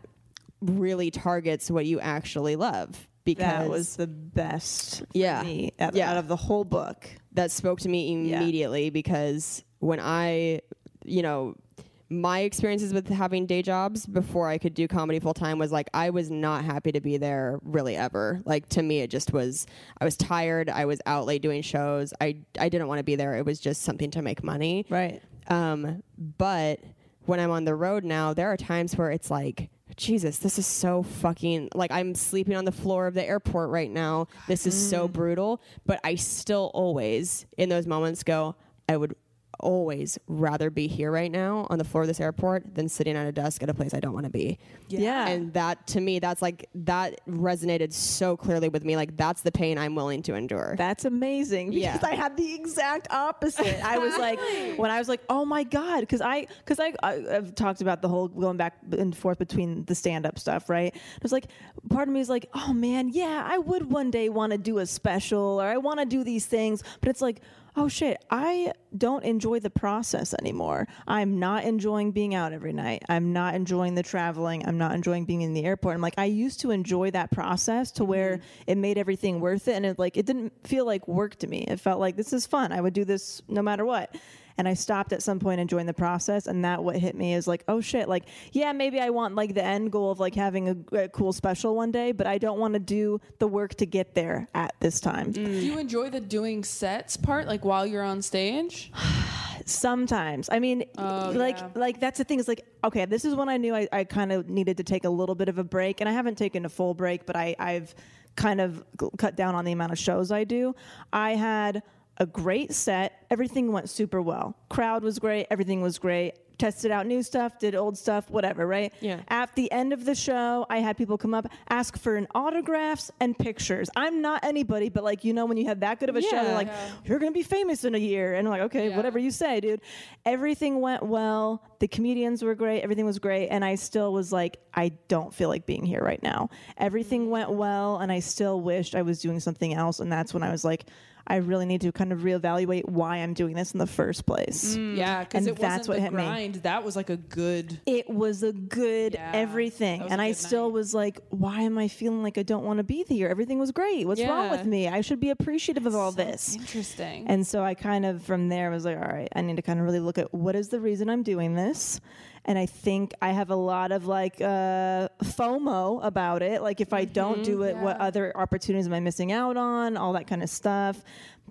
Speaker 5: really targets what you actually love because
Speaker 3: that was the best for
Speaker 5: Yeah.
Speaker 3: me out,
Speaker 5: Yeah.
Speaker 3: out of the whole book
Speaker 5: that spoke to me immediately because when I, you know, my experiences with having day jobs before I could do comedy full time was like I was not happy to be there really ever. Like to me it just was I was tired, I was out late doing shows. I I didn't want to be there. It was just something to make money.
Speaker 3: right
Speaker 5: Um, but when I'm on the road now, there are times where it's like, Jesus, this is so fucking like I'm sleeping on the floor of the airport right now. This is so brutal. But I still always, in those moments, go, I would always rather be here right now on the floor of this airport than sitting at a desk at a place I don't want to be.
Speaker 3: Yeah.
Speaker 5: And that to me, that's like, that resonated so clearly with me. Like, that's the pain I'm willing to endure.
Speaker 3: That's amazing because
Speaker 5: Yeah.
Speaker 3: I had the exact opposite. I was like, when I was like, oh my god, because I because I, I I've talked about the whole going back and forth between the stand up stuff, right? It was like, part of me is like, oh man, yeah, I would one day want to do a special or I want to do these things, but it's like. Oh shit, I don't enjoy the process anymore. I'm not enjoying being out every night. I'm not enjoying the traveling. I'm not enjoying being in the airport. I'm like, I used to enjoy that process to where it made everything worth it. And it like, it didn't feel like work to me. It felt like this is fun. I would do this no matter what. And I stopped at some point enjoying the process. And that what hit me is like, oh shit, like, yeah, maybe I want like the end goal of like having a, a cool special one day, but I don't want to do the work to get there at this time.
Speaker 2: Do you enjoy the doing sets part, like while you're on stage?
Speaker 3: sometimes i mean like like that's the thing is like okay this is when i knew i, I kind of needed to take a little bit of a break and i haven't taken a full break but i i've kind of g- cut down on the amount of shows i do i had a great set everything went super well crowd was great everything was great tested out new stuff, did old stuff, whatever, right?
Speaker 5: Yeah.
Speaker 3: At the end of the show, I had people come up, ask for an autographs and pictures. I'm not anybody, but like, you know, when you have that good of a show,
Speaker 5: Yeah.
Speaker 3: they're like, you're going to be famous in a year. And I'm like, okay, whatever you say, dude. Everything went well. The comedians were great. Everything was great. And I still was like, I don't feel like being here right now.
Speaker 5: Mm-hmm.
Speaker 3: Everything went well. And I still wished I was doing something else. And that's when I was like, I really need to kind of reevaluate why I'm doing this in the first place.
Speaker 5: Mm.
Speaker 2: Yeah, because
Speaker 3: Mm. And
Speaker 2: it
Speaker 3: that's
Speaker 2: wasn't
Speaker 3: what
Speaker 2: the
Speaker 3: hit me.
Speaker 2: grind. That was like a good.
Speaker 3: It was a good everything.
Speaker 2: that was
Speaker 3: And
Speaker 2: a
Speaker 3: I
Speaker 2: good
Speaker 3: still
Speaker 2: night.
Speaker 3: was like, why am I feeling like I don't want to be here? Everything was great. What's wrong
Speaker 5: Yeah.
Speaker 3: with me? I should be appreciative of all this.
Speaker 2: Interesting.
Speaker 3: And so I kind of from there was like, all right, I need to kind of really look at what is the reason I'm doing this. And I think I have a lot of like uh, FOMO about it. Like if I don't do it, what other opportunities am I missing out on? All that kind of stuff.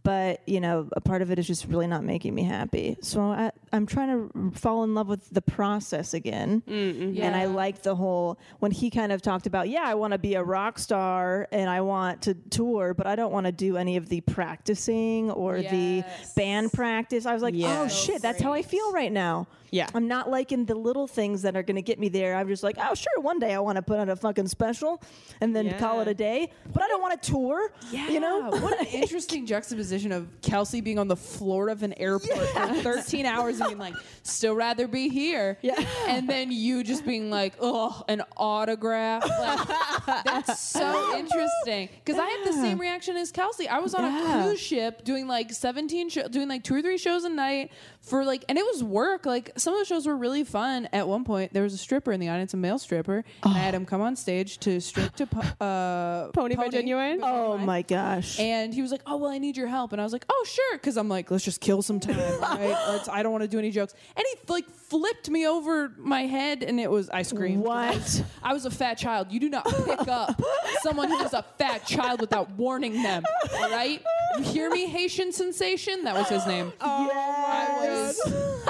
Speaker 3: But you know, a part of it is just really not making me happy. So I, I'm trying to r- fall in love with the process again. And I like the whole when he kind of talked about, yeah, I want to be a rock star and I want to tour, but I don't want to do any of the practicing or the band practice. I was like, oh shit, that's how I feel right now.
Speaker 5: Yeah.
Speaker 3: I'm not liking the little things that are going to get me there. I'm just like, oh sure, one day I want to put on a fucking special and then call it a day, but I don't want to tour. Yeah. You know?
Speaker 2: what an interesting juxtaposition of Kelsey being on the floor of an airport for 13 hours and being like, still rather be here. Yeah. And then you just being like, oh, an autograph. Like, that's so interesting. Because I had the same reaction as Kelsey. I was on a cruise ship doing like 17, sho- doing like two or three shows a night for like, and it was work. Like some of the shows were really fun. At one point, there was a stripper in the audience, a male stripper. And I had
Speaker 3: Oh.
Speaker 2: him come on stage to strip to po- uh,
Speaker 5: Pony by Genuine?
Speaker 3: oh my gosh.
Speaker 2: and he was like, "Oh well, I need your help," and I was like, "Oh sure," because I'm like, "Let's just kill some time, right? Let's, I don't want to do any jokes." And he like flipped me over my head, and it was I screamed.
Speaker 3: What?
Speaker 2: I was a fat child. You do not pick up someone who is a fat child without warning them. All right, you hear me, Haitian sensation? That was his name. I was,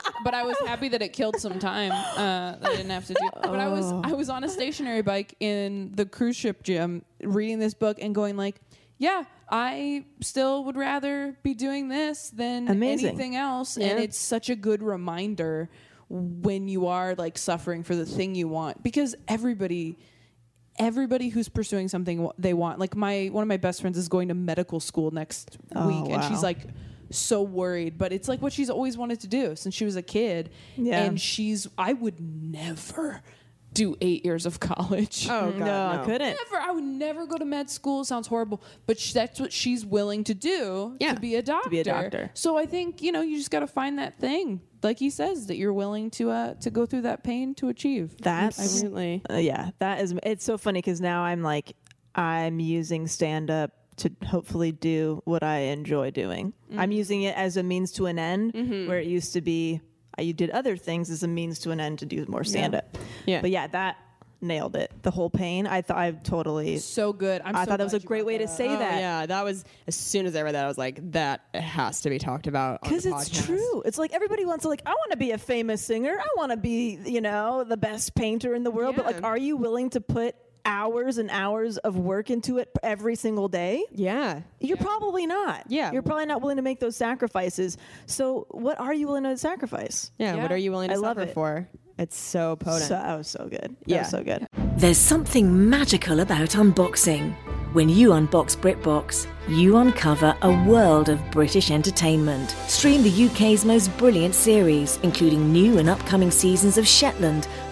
Speaker 2: but I was happy that it killed some time. Uh, that I didn't have to do. But I was, I was on a stationary bike in the cruise ship gym, reading this book and going like, yeah, I still would rather be doing this than
Speaker 3: Amazing.
Speaker 2: anything else. And it's such a good reminder when you are like suffering for the thing you want because everybody everybody who's pursuing something wa- they want. Like my one of my best friends is going to medical school next week, and she's like so worried, but it's like what she's always wanted to do since she was a kid.
Speaker 3: Yeah.
Speaker 2: and she's I would never do eight years of college.
Speaker 5: Oh god.
Speaker 3: no, I couldn't.
Speaker 2: Never, I would never go to med school. Sounds horrible, but sh- that's what she's willing to do
Speaker 5: Yeah,
Speaker 2: to be a doctor.
Speaker 3: be a doctor.
Speaker 2: So I think you know you just got to find that thing, like he says, that you're willing to uh, to go through that pain to achieve.
Speaker 3: That's
Speaker 5: Absolutely.
Speaker 3: Uh, yeah, that is. It's so funny because now I'm like, I'm using stand up to hopefully do what I enjoy doing.
Speaker 2: Mm-hmm.
Speaker 3: I'm using it as a means to an end, where it used to be uh, you did other things as a means to an end to do more stand up.
Speaker 5: Yeah.
Speaker 3: But yeah, that nailed it. The whole pain. I thought I totally.
Speaker 2: So good. I'm
Speaker 3: I
Speaker 2: so
Speaker 3: thought that was a
Speaker 2: glad you
Speaker 3: great
Speaker 2: brought
Speaker 3: way
Speaker 2: that
Speaker 3: to
Speaker 2: up.
Speaker 3: say
Speaker 5: Oh,
Speaker 3: that.
Speaker 5: yeah, that was as soon as I read that, I was like, that has to be talked about on
Speaker 3: Because
Speaker 5: the
Speaker 3: it's
Speaker 5: podcast.
Speaker 3: true. It's like everybody wants to like, I want to be a famous singer. I want to be, you know, the best painter in the world. But like,
Speaker 5: Yeah.
Speaker 3: are you willing to put hours and hours of work into it every single day?
Speaker 5: Yeah,
Speaker 3: You're probably not.
Speaker 5: Yeah.
Speaker 3: You're probably not willing to make those sacrifices. So what are you willing to sacrifice?
Speaker 5: yeah. What are you willing to
Speaker 3: I love
Speaker 5: suffer
Speaker 3: it.
Speaker 5: for? It's so potent.
Speaker 3: So that was so good. That
Speaker 5: Yeah.
Speaker 3: was so good.
Speaker 6: There's something magical about unboxing. When you unbox BritBox, you uncover a world of British entertainment. Stream the UK's most brilliant series, including new and upcoming seasons of Shetland,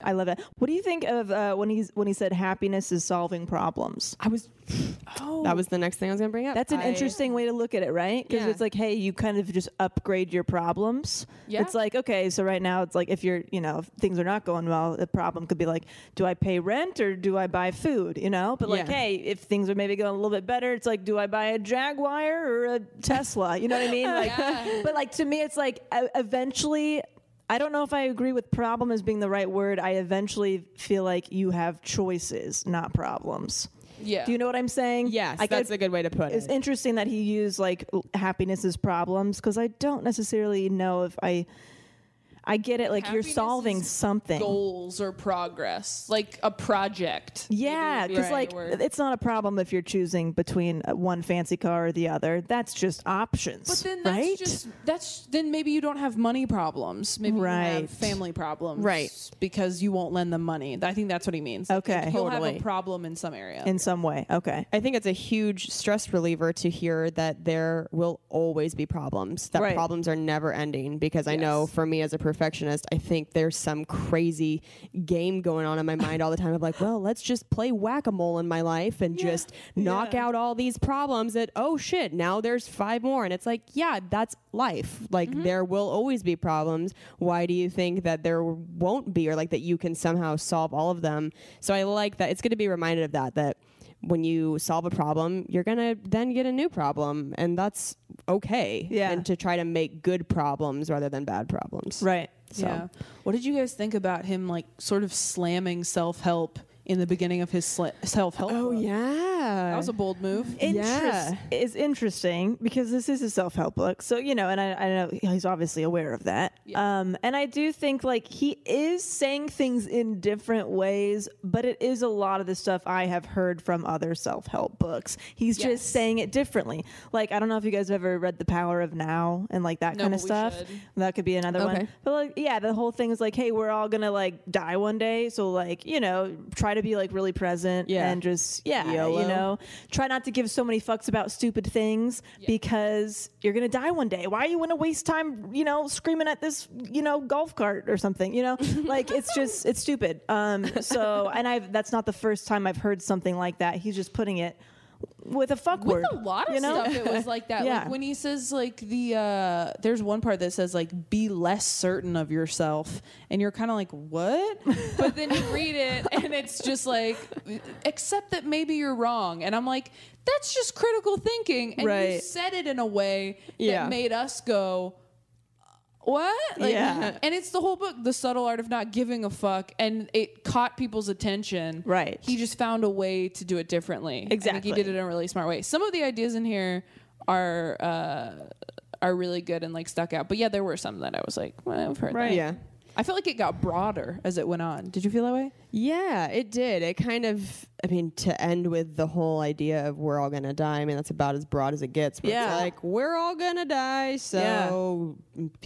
Speaker 3: I love it. What do you think of uh, when he's when he said happiness is solving problems?
Speaker 5: I was.
Speaker 2: oh,
Speaker 5: That was the next thing I was going to bring up.
Speaker 3: That's an
Speaker 5: I-
Speaker 3: interesting way to look at it, right? Because
Speaker 5: Yeah.
Speaker 3: it's like, hey, you kind of just upgrade your problems.
Speaker 5: Yeah.
Speaker 3: It's like, okay, so right now it's like if you're, you know, if things are not going well, the problem could be like, do I pay rent or do I buy food? You know, but like,
Speaker 5: Yeah.
Speaker 3: hey, if things are maybe going a little bit better, it's like, do I buy a Jaguar or a Tesla? You know what I mean? Like, but like to me, it's like I, eventually. I don't know if I agree with problem as being the right word. I eventually feel like you have choices, not problems.
Speaker 2: Yeah.
Speaker 3: Do you know what I'm saying?
Speaker 5: Yes,
Speaker 3: I
Speaker 5: that's
Speaker 3: could-
Speaker 5: a good way to put
Speaker 3: it's
Speaker 5: it.
Speaker 3: interesting that he used like l- happiness as problems because I don't necessarily know if I. I get it. Like you're
Speaker 2: Happiness
Speaker 3: solving
Speaker 2: is
Speaker 3: something.
Speaker 2: Goals or progress, like a project.
Speaker 3: Yeah,
Speaker 2: maybe would
Speaker 3: because
Speaker 2: be
Speaker 3: like
Speaker 2: the word.
Speaker 3: it's not a problem if you're choosing between uh, one fancy car or the other. That's just options,
Speaker 2: But then that's
Speaker 3: right?
Speaker 2: just that's then maybe you don't have money problems. Maybe you
Speaker 3: Right.
Speaker 2: have family problems.
Speaker 5: Right.
Speaker 2: Because you won't lend them money. I think that's what he means. Like,
Speaker 3: Okay.
Speaker 2: you'll have
Speaker 5: Totally.
Speaker 2: a problem in some area.
Speaker 3: in some way. Okay.
Speaker 5: I think it's a huge stress reliever to hear that there will always be problems, that
Speaker 3: Right.
Speaker 5: problems are never ending. Because I know for me as a perfectionist, I think there's some crazy game going on in my mind all the time of like, well, let's just play whack a mole in my life and just knock out all these problems that, oh shit, now there's five more. And it's like, yeah, that's life. Like,
Speaker 3: Mm-hmm.
Speaker 5: there will always be problems. Why do you think that there won't be or like that you can somehow solve all of them? So I like that. It's good to be reminded of that, that when you solve a problem, you're going to then get a new problem, and that's okay.
Speaker 3: Yeah.
Speaker 5: And to try to make good problems rather than bad problems.
Speaker 3: Right.
Speaker 2: Yeah. What did you guys think about him like sort of slamming self help in the beginning of his sl- self help?
Speaker 5: Oh, yeah.
Speaker 2: That was a bold move.
Speaker 3: interest is interesting because this is a self help book. So you know, and I, I know he's obviously aware of that. Um, and I do think like he is saying things in different ways, but it is a lot of the stuff I have heard from other self help books. He's
Speaker 2: Yes.
Speaker 3: just saying it differently. Like I don't know if you guys have ever read The Power of Now and like that
Speaker 2: No,
Speaker 3: kind of
Speaker 2: but we
Speaker 3: stuff.
Speaker 2: should.
Speaker 3: That could be another one. But like, yeah, the whole thing is like, hey, we're all gonna like die one day, so like, you know, try to be like really present
Speaker 5: Yeah.
Speaker 3: and just yeah,
Speaker 5: YOLO.
Speaker 3: you know, try not to give so many fucks about stupid things because you're gonna die one day. Why you want to waste time, you know, screaming at this, you know, golf cart or something, you know? like it's just it's stupid. Um, so and I've that's not the first time I've heard something like that. He's just putting it with a fuck
Speaker 2: with
Speaker 3: word,
Speaker 2: a lot of
Speaker 3: you know?
Speaker 2: stuff it was like that
Speaker 3: Yeah.
Speaker 2: like when he says like the uh there's one part that says like be less certain of yourself and you're kind of like what but then you read it and it's just like accept that maybe you're wrong and i'm like that's just critical thinking and you
Speaker 3: Right.
Speaker 2: said it in a way
Speaker 5: Yeah.
Speaker 2: that made us go "Uh, what? Like,
Speaker 3: Yeah.
Speaker 2: And it's the whole book, The Subtle Art of Not Giving a Fuck, and it caught people's attention.
Speaker 3: Right.
Speaker 2: He just found a way to do it differently. I think he
Speaker 3: Exactly.
Speaker 2: did it in a really smart way. Some of the ideas in here are uh, are really good and like stuck out. But yeah, there were some that I was like, well, I've heard that.
Speaker 5: Yeah.
Speaker 2: I felt like it got broader as it went on. Did you feel that way?
Speaker 5: Yeah, it did. It kind of, I mean, to end with the whole idea of we're all going to die, I mean, that's about as broad as it gets. But
Speaker 3: Yeah.
Speaker 5: It's like, we're all going to die. So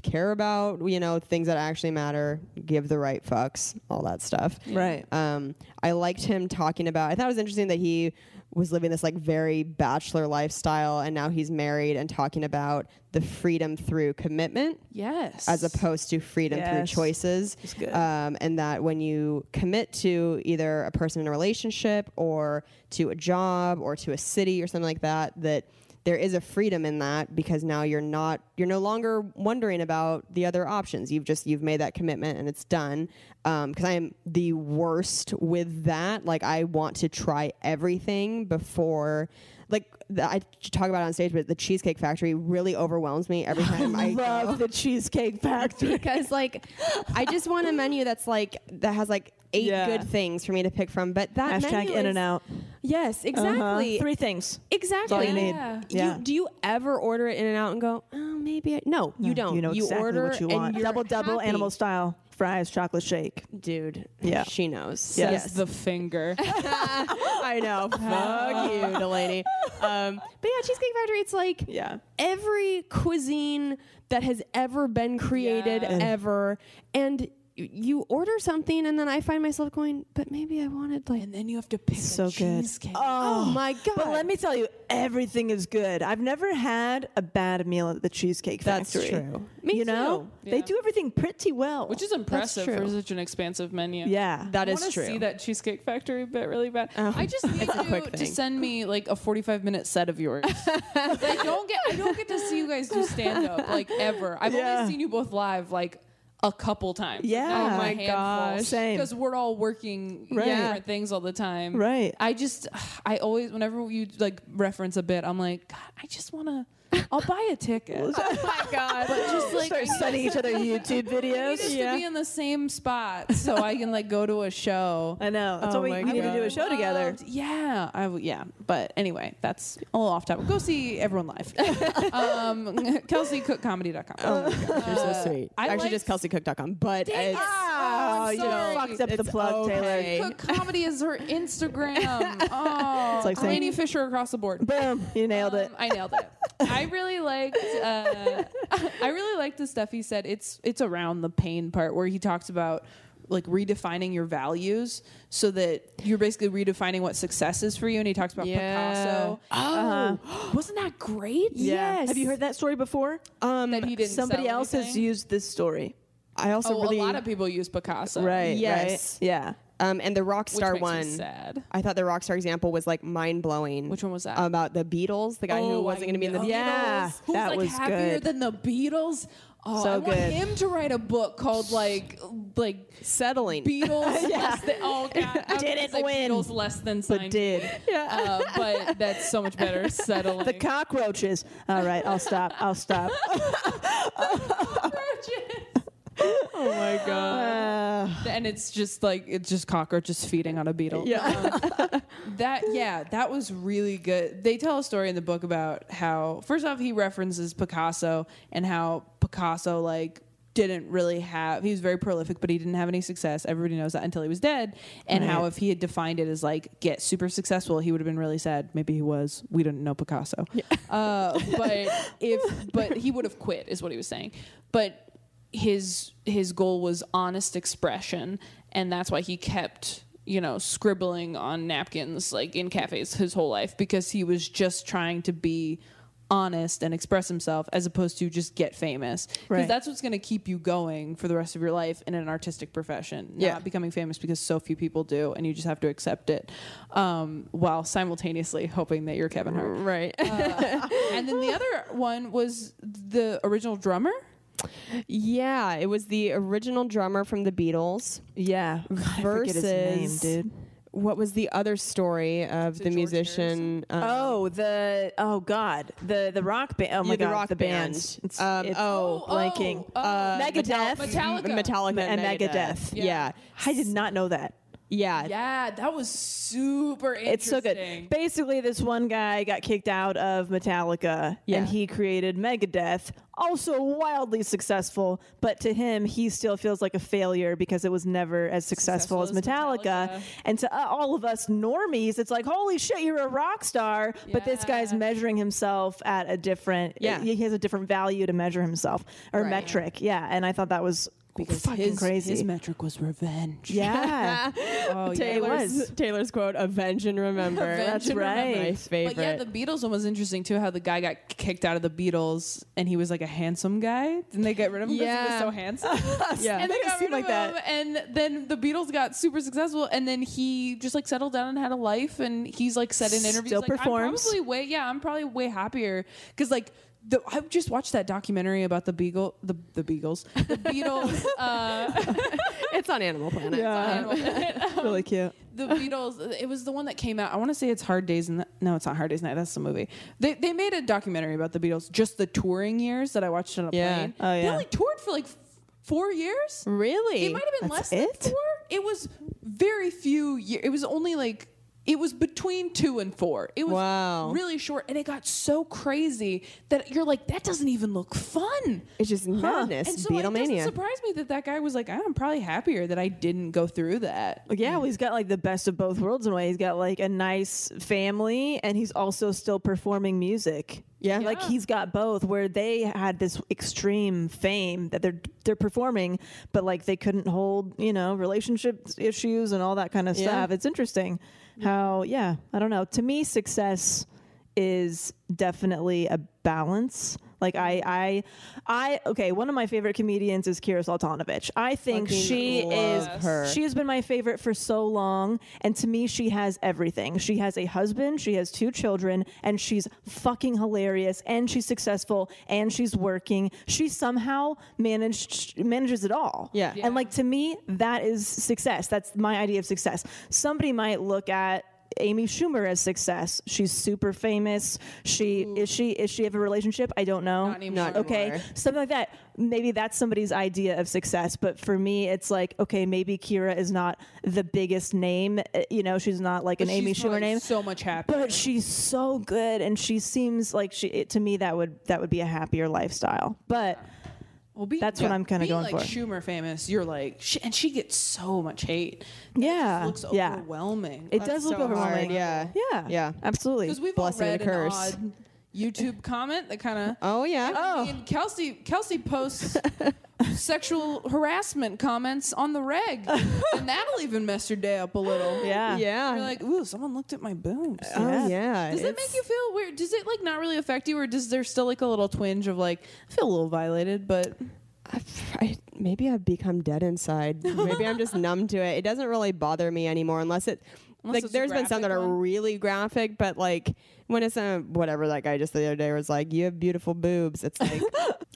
Speaker 5: care about, you know, things that actually matter, give the right fucks, all that stuff.
Speaker 3: Right.
Speaker 5: Um, I liked him talking about, I thought it was interesting that he was living this like very bachelor lifestyle and now he's married and talking about the freedom through commitment
Speaker 2: Yes.
Speaker 5: as opposed to freedom
Speaker 3: Yes.
Speaker 5: through choices. Um, and that when you commit to either a person in a relationship or to a job or to a city or something like that, that there is a freedom in that because now you're not you're no longer wondering about the other options you've just you've made that commitment and it's done because i am the worst with that like i want to try everything before like the, i talk about it on stage but the cheesecake factory really overwhelms me every time i go
Speaker 3: Love the Cheesecake Factory.
Speaker 5: because like I just want a menu that's like that has like eight
Speaker 3: Yeah.
Speaker 5: good things for me to pick from. But that
Speaker 3: Hashtag
Speaker 5: menu
Speaker 3: in
Speaker 5: is-
Speaker 3: and out.
Speaker 5: Yes,
Speaker 3: Uh-huh.
Speaker 5: exactly.
Speaker 3: Three things.
Speaker 5: Exactly.
Speaker 3: all you need.
Speaker 5: You-
Speaker 3: Yeah.
Speaker 5: do you ever order it in and out and go, oh, maybe? I, no, you don't.
Speaker 3: You know exactly
Speaker 5: order
Speaker 3: what you
Speaker 5: and
Speaker 3: want.
Speaker 5: you're
Speaker 3: Double double
Speaker 5: happy.
Speaker 3: animal style fries chocolate shake.
Speaker 5: dude.
Speaker 3: Yeah.
Speaker 5: she knows.
Speaker 3: Yes.
Speaker 2: Yes. The finger.
Speaker 5: I know. Fuck you, Delaney. Um, but yeah, Cheesecake Factory. It's like
Speaker 3: Yeah.
Speaker 5: every cuisine that has ever been created ever, and you order something and then I find myself going, but maybe I wanted like
Speaker 2: And then you have to pick
Speaker 3: So
Speaker 2: a
Speaker 3: good.
Speaker 2: cheesecake.
Speaker 5: Oh, my god.
Speaker 3: But let me tell you, everything is good. I've never had a bad meal at the Cheesecake
Speaker 2: That's
Speaker 3: Factory.
Speaker 2: true.
Speaker 5: Me
Speaker 3: you know,
Speaker 2: too.
Speaker 3: they
Speaker 2: Yeah.
Speaker 3: do everything pretty well.
Speaker 2: Which is impressive for
Speaker 5: true.
Speaker 2: such an expansive menu.
Speaker 3: yeah.
Speaker 5: that
Speaker 2: I
Speaker 5: is
Speaker 2: wanna
Speaker 5: true.
Speaker 2: see that Cheesecake Factory bit really bad. I just need
Speaker 5: It's a
Speaker 2: you
Speaker 5: quick
Speaker 2: to
Speaker 5: thing.
Speaker 2: send me like a 45 minute set of yours. I don't get I don't get to see you guys do stand up like ever. I've
Speaker 3: Yeah.
Speaker 2: only seen you both live like a couple times.
Speaker 3: Yeah. Oh my gosh. Same.
Speaker 2: Because we're all working
Speaker 3: Right.
Speaker 2: different things all the time.
Speaker 3: Right.
Speaker 2: I just I always whenever you like reference a bit, I'm like, God, I just wanna I'll buy a ticket.
Speaker 5: my god.
Speaker 2: But just like
Speaker 3: Start sending each other YouTube
Speaker 2: I need us
Speaker 3: videos.
Speaker 2: to be in the same spot so I can like go to a show.
Speaker 3: I know. That's
Speaker 2: Oh
Speaker 3: why
Speaker 2: my
Speaker 3: we, we need to do a
Speaker 2: God.
Speaker 3: show together.
Speaker 2: Loved- Um, Yeah, I w- yeah. But anyway, that's a little off topic. Go see everyone live. um, KelseyCookComedy.com.
Speaker 5: Oh my gosh, you're so sweet.
Speaker 2: Uh, I
Speaker 5: Actually,
Speaker 2: liked-
Speaker 5: just KelseyCook.com, but it's,
Speaker 2: Oh, I'm
Speaker 3: you
Speaker 2: sorry.
Speaker 3: fucked up the
Speaker 5: It's
Speaker 3: plug,
Speaker 5: okay.
Speaker 3: Taylor.
Speaker 2: Cook Comedy is her Instagram. Oh,
Speaker 3: It's like saying-
Speaker 2: Lainey Fisher across the board.
Speaker 3: Boom, you nailed it.
Speaker 2: Um, I nailed it. I really liked. Uh, I really liked the stuff he said. It's it's around the pain part where he talks about like redefining your values so that you're basically redefining what success is for you. And he talks about
Speaker 5: Yeah.
Speaker 2: Picasso. Oh, wasn't that great?
Speaker 5: Yes.
Speaker 3: Have you heard that story before?
Speaker 5: um,
Speaker 2: That he didn't.
Speaker 3: Somebody
Speaker 2: sell
Speaker 3: else has
Speaker 2: anything?
Speaker 3: used this story.
Speaker 5: I also
Speaker 2: Oh,
Speaker 5: really
Speaker 2: a lot of people use Picasso.
Speaker 3: Right.
Speaker 5: Yes.
Speaker 3: Right? Yeah.
Speaker 5: um, and the
Speaker 2: Which
Speaker 5: Rockstar
Speaker 2: makes me
Speaker 5: one.
Speaker 2: sad.
Speaker 5: I thought the Rockstar example was like mind blowing.
Speaker 2: Which one was that?
Speaker 5: About the Beatles, the guy who
Speaker 2: Oh,
Speaker 5: wasn't
Speaker 2: I
Speaker 5: going to be in the
Speaker 2: know.
Speaker 5: Beatles.
Speaker 3: Yeah,
Speaker 2: Who's
Speaker 3: that
Speaker 2: like
Speaker 3: was
Speaker 2: happier
Speaker 3: good.
Speaker 2: than the Beatles? Oh,
Speaker 3: So
Speaker 2: I want
Speaker 3: good.
Speaker 2: him to write a book called like like
Speaker 5: Settling.
Speaker 2: Beatles less than oh god I was
Speaker 3: Didn't
Speaker 2: gonna say
Speaker 3: win,
Speaker 2: Beatles less than
Speaker 3: But
Speaker 2: Seinfeld.
Speaker 3: did.
Speaker 2: uh, but that's so much better settling
Speaker 3: The cockroaches. All right, I'll stop. I'll stop.
Speaker 2: cockroaches oh my god
Speaker 3: Uh,
Speaker 2: and it's just like it's just cockroaches feeding on a beetle
Speaker 3: yeah.
Speaker 2: that yeah that was really good they tell a story in the book about how first off he references picasso and how picasso like didn't really have he was very prolific but he didn't have any success everybody knows that until he was dead and how if he had defined it as like get super successful he would have been really sad maybe he was we didn't know picasso uh, but if but he would have quit is what he was saying but his his goal was honest expression and that's why he kept you know scribbling on napkins like in cafes his whole life because he was just trying to be honest and express himself as opposed to just get famous because
Speaker 3: Right.
Speaker 2: that's what's going to keep you going for the rest of your life in an artistic profession not
Speaker 5: Yeah.
Speaker 2: becoming famous because so few people do and you just have to accept it um, while simultaneously hoping that you're kevin hart
Speaker 5: Right.
Speaker 2: Uh, and then the other one was the original drummer
Speaker 5: yeah, it was the original drummer from the Beatles.
Speaker 3: Yeah. God, I forget his name,
Speaker 5: Versus-
Speaker 3: dude.
Speaker 5: What was the other story of the
Speaker 2: George
Speaker 5: musician? um,
Speaker 3: Oh, the oh god, the the rock band. Oh my
Speaker 5: Yeah, the
Speaker 3: god,
Speaker 5: rock
Speaker 3: the band.
Speaker 5: band.
Speaker 3: It's,
Speaker 5: Um,
Speaker 3: it's
Speaker 5: oh,
Speaker 3: blanking.
Speaker 2: oh, uh,
Speaker 3: Megadeth.
Speaker 2: Metallica.
Speaker 5: Metallica
Speaker 3: And Megadeth.
Speaker 5: Yeah. yeah.
Speaker 3: I did not know that.
Speaker 2: Yeah, that was super interesting.
Speaker 3: It's so good. Basically, this one guy got kicked out of Metallica,
Speaker 5: Yeah.
Speaker 3: and he created Megadeth, also wildly successful. But to him, he still feels like a failure because it was never as successful,
Speaker 2: Successful
Speaker 3: as
Speaker 2: as
Speaker 3: Metallica.
Speaker 2: Metallica.
Speaker 3: And to uh, all of us normies, it's like, holy shit, you're a rock star. But this guy's
Speaker 2: Yeah.
Speaker 3: measuring himself at a different.
Speaker 5: Yeah.
Speaker 3: he has a different value to measure himself or
Speaker 5: Right.
Speaker 3: metric. Yeah, and I thought that was fucking
Speaker 2: his,
Speaker 3: crazy.
Speaker 2: His metric was revenge.
Speaker 3: yeah.
Speaker 2: oh,
Speaker 3: Taylor's- was.
Speaker 5: Taylor's quote, "Avenge and remember."
Speaker 2: Avenge and
Speaker 3: right. remember.
Speaker 5: My
Speaker 3: But
Speaker 5: favorite.
Speaker 2: But yeah, the Beatles one was interesting too. How the guy got kicked out of the Beatles, and he was like a handsome guy. Didn't they get rid of him because he was
Speaker 5: Yeah.
Speaker 2: so handsome?
Speaker 5: Yeah.
Speaker 2: and they
Speaker 3: Make it
Speaker 2: got
Speaker 3: seem
Speaker 2: rid
Speaker 3: like
Speaker 2: of
Speaker 3: that.
Speaker 2: him. And then the Beatles got super successful, and then he just like settled down and had a life. And he's like said in interviews,
Speaker 3: Still
Speaker 2: like,
Speaker 3: performs.
Speaker 2: I'm probably way, yeah, I'm probably way happier because like. The, I just watched that documentary about the beagle, the the beagles, the Beatles. Uh,
Speaker 5: it's on Animal Planet.
Speaker 2: Animal Planet
Speaker 3: really cute.
Speaker 2: the Beatles. It was the one that came out. I want to say it's Hard Days. And no, it's not Hard Days Night. That's the movie. They they made a documentary about the Beatles, just the touring years that I watched on a
Speaker 5: Yeah.
Speaker 2: plane.
Speaker 3: Oh,
Speaker 2: They
Speaker 3: yeah.
Speaker 2: only toured for like f- four years.
Speaker 5: Really?
Speaker 2: It might have been
Speaker 3: That's
Speaker 2: less
Speaker 3: it?
Speaker 2: than four. It was very few years. It was only like It was between two and four. It was
Speaker 5: Wow.
Speaker 2: really short, and it got so crazy that you're like, that doesn't even look fun.
Speaker 5: It's just madness.
Speaker 2: And so it doesn't
Speaker 5: Beatlemania.
Speaker 2: surprise me that that guy was like, I'm probably happier that I didn't go through that.
Speaker 3: Like, yeah, well, he's got like the best of both worlds in a way. He's got like a nice family, and he's also still performing music.
Speaker 5: Yeah.
Speaker 3: like he's got both. Where they had this extreme fame that they're they're performing, but like they couldn't hold you know relationship issues and all that kind of stuff. It's interesting how yeah, I don't know. To me, success is definitely a balance. Like I, I, I. Okay, one of my favorite comedians is Kira Saltanovich. I think she is. She has been my favorite for so long, and to me, she has everything. She has a husband, she has two children, and she's fucking hilarious. And she's successful, and she's working. She somehow managed manages it all.
Speaker 5: Yeah.
Speaker 3: And like to me, that is success. That's my idea of success. Somebody might look at Amy Schumer as success. She's super famous. She is she is she have a relationship? I don't know.
Speaker 5: Not
Speaker 3: okay, something like that. Maybe that's somebody's idea of success. But for me, it's like okay, maybe Kira is not the biggest name. uh, You know, she's not like an Amy
Speaker 2: She's probably
Speaker 3: Schumer name.
Speaker 2: So much happier.
Speaker 3: but she's so good, and she seems like she. It, to me, that would that would be a happier lifestyle. But
Speaker 2: Well, being-
Speaker 3: That's what I'm kinda
Speaker 2: being,
Speaker 3: going
Speaker 2: like
Speaker 3: for.
Speaker 2: Schumer famous, you're like, she, and she gets so much hate.
Speaker 3: yeah,
Speaker 2: It looks
Speaker 3: yeah,
Speaker 2: overwhelming.
Speaker 3: it does look
Speaker 5: so hard,
Speaker 3: overwhelming.
Speaker 5: yeah.
Speaker 3: yeah,
Speaker 5: Yeah.
Speaker 3: absolutely.
Speaker 2: because we've
Speaker 5: blessing
Speaker 2: all
Speaker 5: and
Speaker 2: read
Speaker 5: a
Speaker 2: an
Speaker 5: curse.
Speaker 2: odd YouTube comment that kind of.
Speaker 5: Oh yeah.
Speaker 2: I mean, Kelsey Kelsey posts sexual harassment comments on the reg, and that'll even mess your day up a little.
Speaker 3: yeah,
Speaker 5: Yeah.
Speaker 2: You're like, ooh, someone looked at my boobs.
Speaker 5: oh yeah.
Speaker 2: Does that make you feel weird? Does it like not really affect you, or does there still like a little twinge of like I feel a little violated, but
Speaker 5: I've- I, maybe I've become dead inside. maybe I'm just numb to it. It doesn't really bother me anymore unless it. like,
Speaker 2: it's a
Speaker 5: there's been some that
Speaker 2: graphic
Speaker 5: are
Speaker 2: one.
Speaker 5: really graphic, but like when it's a whatever that guy just the other day was like, "You have beautiful boobs." It's like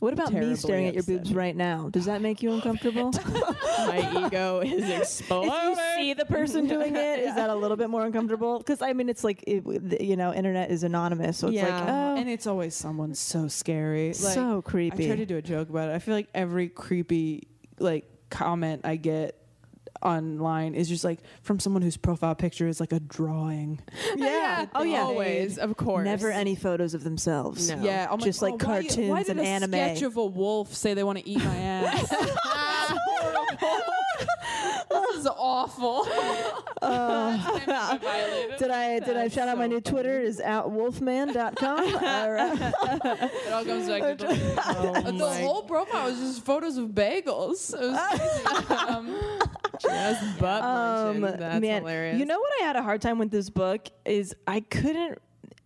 Speaker 3: What about me
Speaker 5: terribly
Speaker 3: staring at your
Speaker 5: upsetting.
Speaker 3: boobs right now? Does that make you uncomfortable?
Speaker 5: my ego is
Speaker 3: if
Speaker 5: exploding.
Speaker 3: you see the person doing it, is that a little bit more uncomfortable? Because I mean, it's like it, the, you know, internet is anonymous, so it's like
Speaker 5: Yeah.
Speaker 3: oh,
Speaker 2: and it's always someone so scary, like,
Speaker 3: So creepy.
Speaker 2: I tried to do a joke about it. I feel like every creepy like comment I get online is just like from someone whose profile picture is like a drawing.
Speaker 5: yeah.
Speaker 3: Oh, yeah.
Speaker 5: Always, of course.
Speaker 3: never any photos of themselves.
Speaker 5: No.
Speaker 2: Yeah, I'm
Speaker 3: Just like
Speaker 2: "Oh, why-
Speaker 3: cartoons
Speaker 2: why did
Speaker 3: and
Speaker 2: a
Speaker 3: anime."
Speaker 2: Sketch of a wolf say they want to eat my ass. this is awful.
Speaker 3: Uh, Did I did I shout out my new Twitter is at wolfman.com? All right.
Speaker 2: It all comes back to the, the whole profile was just photos of bagels. It was crazy. um,
Speaker 5: Just butt
Speaker 3: Um,
Speaker 5: munching. That's
Speaker 3: man,
Speaker 5: hilarious.
Speaker 3: you know what I had a hard time with this book is I couldn't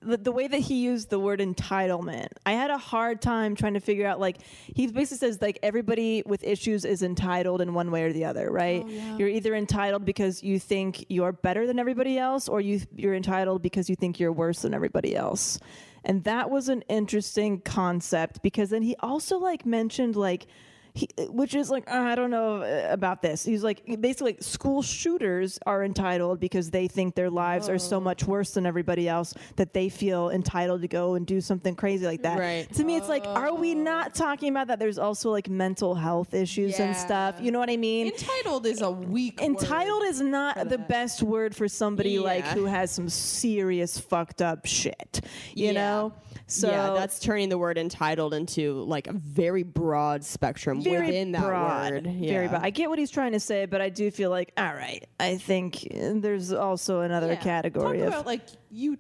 Speaker 3: the, the way that he used the word entitlement. I had a hard time trying to figure out like he basically says like everybody with issues is entitled in one way or the other, right?
Speaker 5: Oh,
Speaker 3: You're either entitled because you think you're better than everybody else or you you're entitled because you think you're worse than everybody else. And that was an interesting concept because then he also like mentioned like he, which is like uh, I don't know uh, about this. He's like basically like, school shooters are entitled because they think their lives are
Speaker 5: Oh.
Speaker 3: so much worse than everybody else that they feel entitled to go and do something crazy like that.
Speaker 5: Right. Oh.
Speaker 3: To me, it's like, are we not talking about that? There's also like mental health issues and stuff. You know what I mean?
Speaker 2: entitled is a weak.
Speaker 3: Entitled is not the best word for somebody like
Speaker 5: Yeah.
Speaker 3: who has some serious fucked up shit. You
Speaker 5: Yeah.
Speaker 3: know? So
Speaker 5: yeah, that's turning the word entitled into like a very broad spectrum within that word. Yeah.
Speaker 3: Very broad. I get what he's trying to say, but I do feel like, all right, I think uh, there's also another category
Speaker 2: Talk
Speaker 3: of.
Speaker 2: about like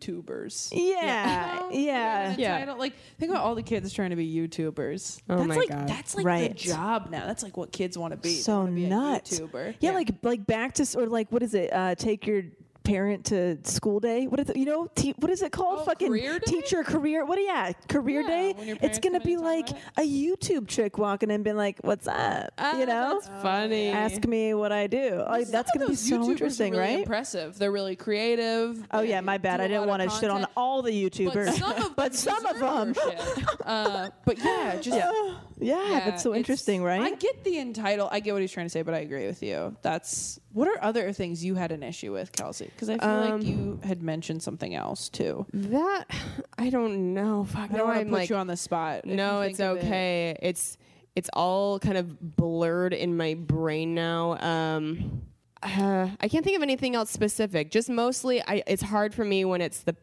Speaker 2: YouTubers.
Speaker 3: yeah,
Speaker 2: You know?
Speaker 3: yeah.
Speaker 2: They're entitled- Like think about all the kids trying to be YouTubers.
Speaker 5: Oh
Speaker 2: that's
Speaker 5: my
Speaker 2: like
Speaker 5: God.
Speaker 2: that's like the
Speaker 3: Right.
Speaker 2: job now. That's like what kids want to be. They
Speaker 3: So
Speaker 2: wanna be a
Speaker 3: nuts.
Speaker 2: YouTuber.
Speaker 3: Yeah, like like back to s- or like what is it? Uh, take your parent to school day. What is it, you know? Te- what is it called?
Speaker 2: Oh,
Speaker 3: Fucking
Speaker 2: career day?
Speaker 3: teacher career. What? Yeah, career
Speaker 2: Yeah,
Speaker 3: day.
Speaker 2: when your
Speaker 3: It's
Speaker 2: parents
Speaker 3: gonna
Speaker 2: come in
Speaker 3: be
Speaker 2: and talk
Speaker 3: like
Speaker 2: about Ah,
Speaker 3: a YouTube chick walking in, being like, "What's up?" you know.
Speaker 5: funny.
Speaker 3: Ask me what I do. Like, that's
Speaker 2: Some of
Speaker 3: gonna be
Speaker 2: those
Speaker 3: so
Speaker 2: YouTubers are
Speaker 3: interesting,
Speaker 2: really
Speaker 3: right?
Speaker 2: Impressive. They're really creative.
Speaker 3: Oh
Speaker 2: They
Speaker 3: yeah, my bad.
Speaker 2: do a
Speaker 3: I didn't
Speaker 2: lot
Speaker 3: want
Speaker 2: of
Speaker 3: to shit on
Speaker 2: content.
Speaker 3: all the
Speaker 2: But
Speaker 3: YouTubers,
Speaker 2: some of
Speaker 3: but
Speaker 2: them
Speaker 3: some of them.
Speaker 2: deserve shit. uh, but yeah, just
Speaker 3: Yeah, that's so
Speaker 2: it's-
Speaker 3: interesting, right?
Speaker 2: I get the entitle. I get what he's trying to say, but I agree with you. That's what are other things you had an issue with, Kelsey? Because I feel like
Speaker 5: Um,
Speaker 2: you had mentioned something else too.
Speaker 5: That I don't know. Fuck.
Speaker 2: I
Speaker 5: now
Speaker 2: don't want to
Speaker 5: I'm
Speaker 2: put
Speaker 5: like,
Speaker 2: you on the spot. if
Speaker 5: No,
Speaker 2: you
Speaker 5: it's
Speaker 2: think of it.
Speaker 5: okay. It's it's all kind of blurred in my brain now. Um, uh, I can't think of anything else specific. Just mostly, I, it's hard for me when it's the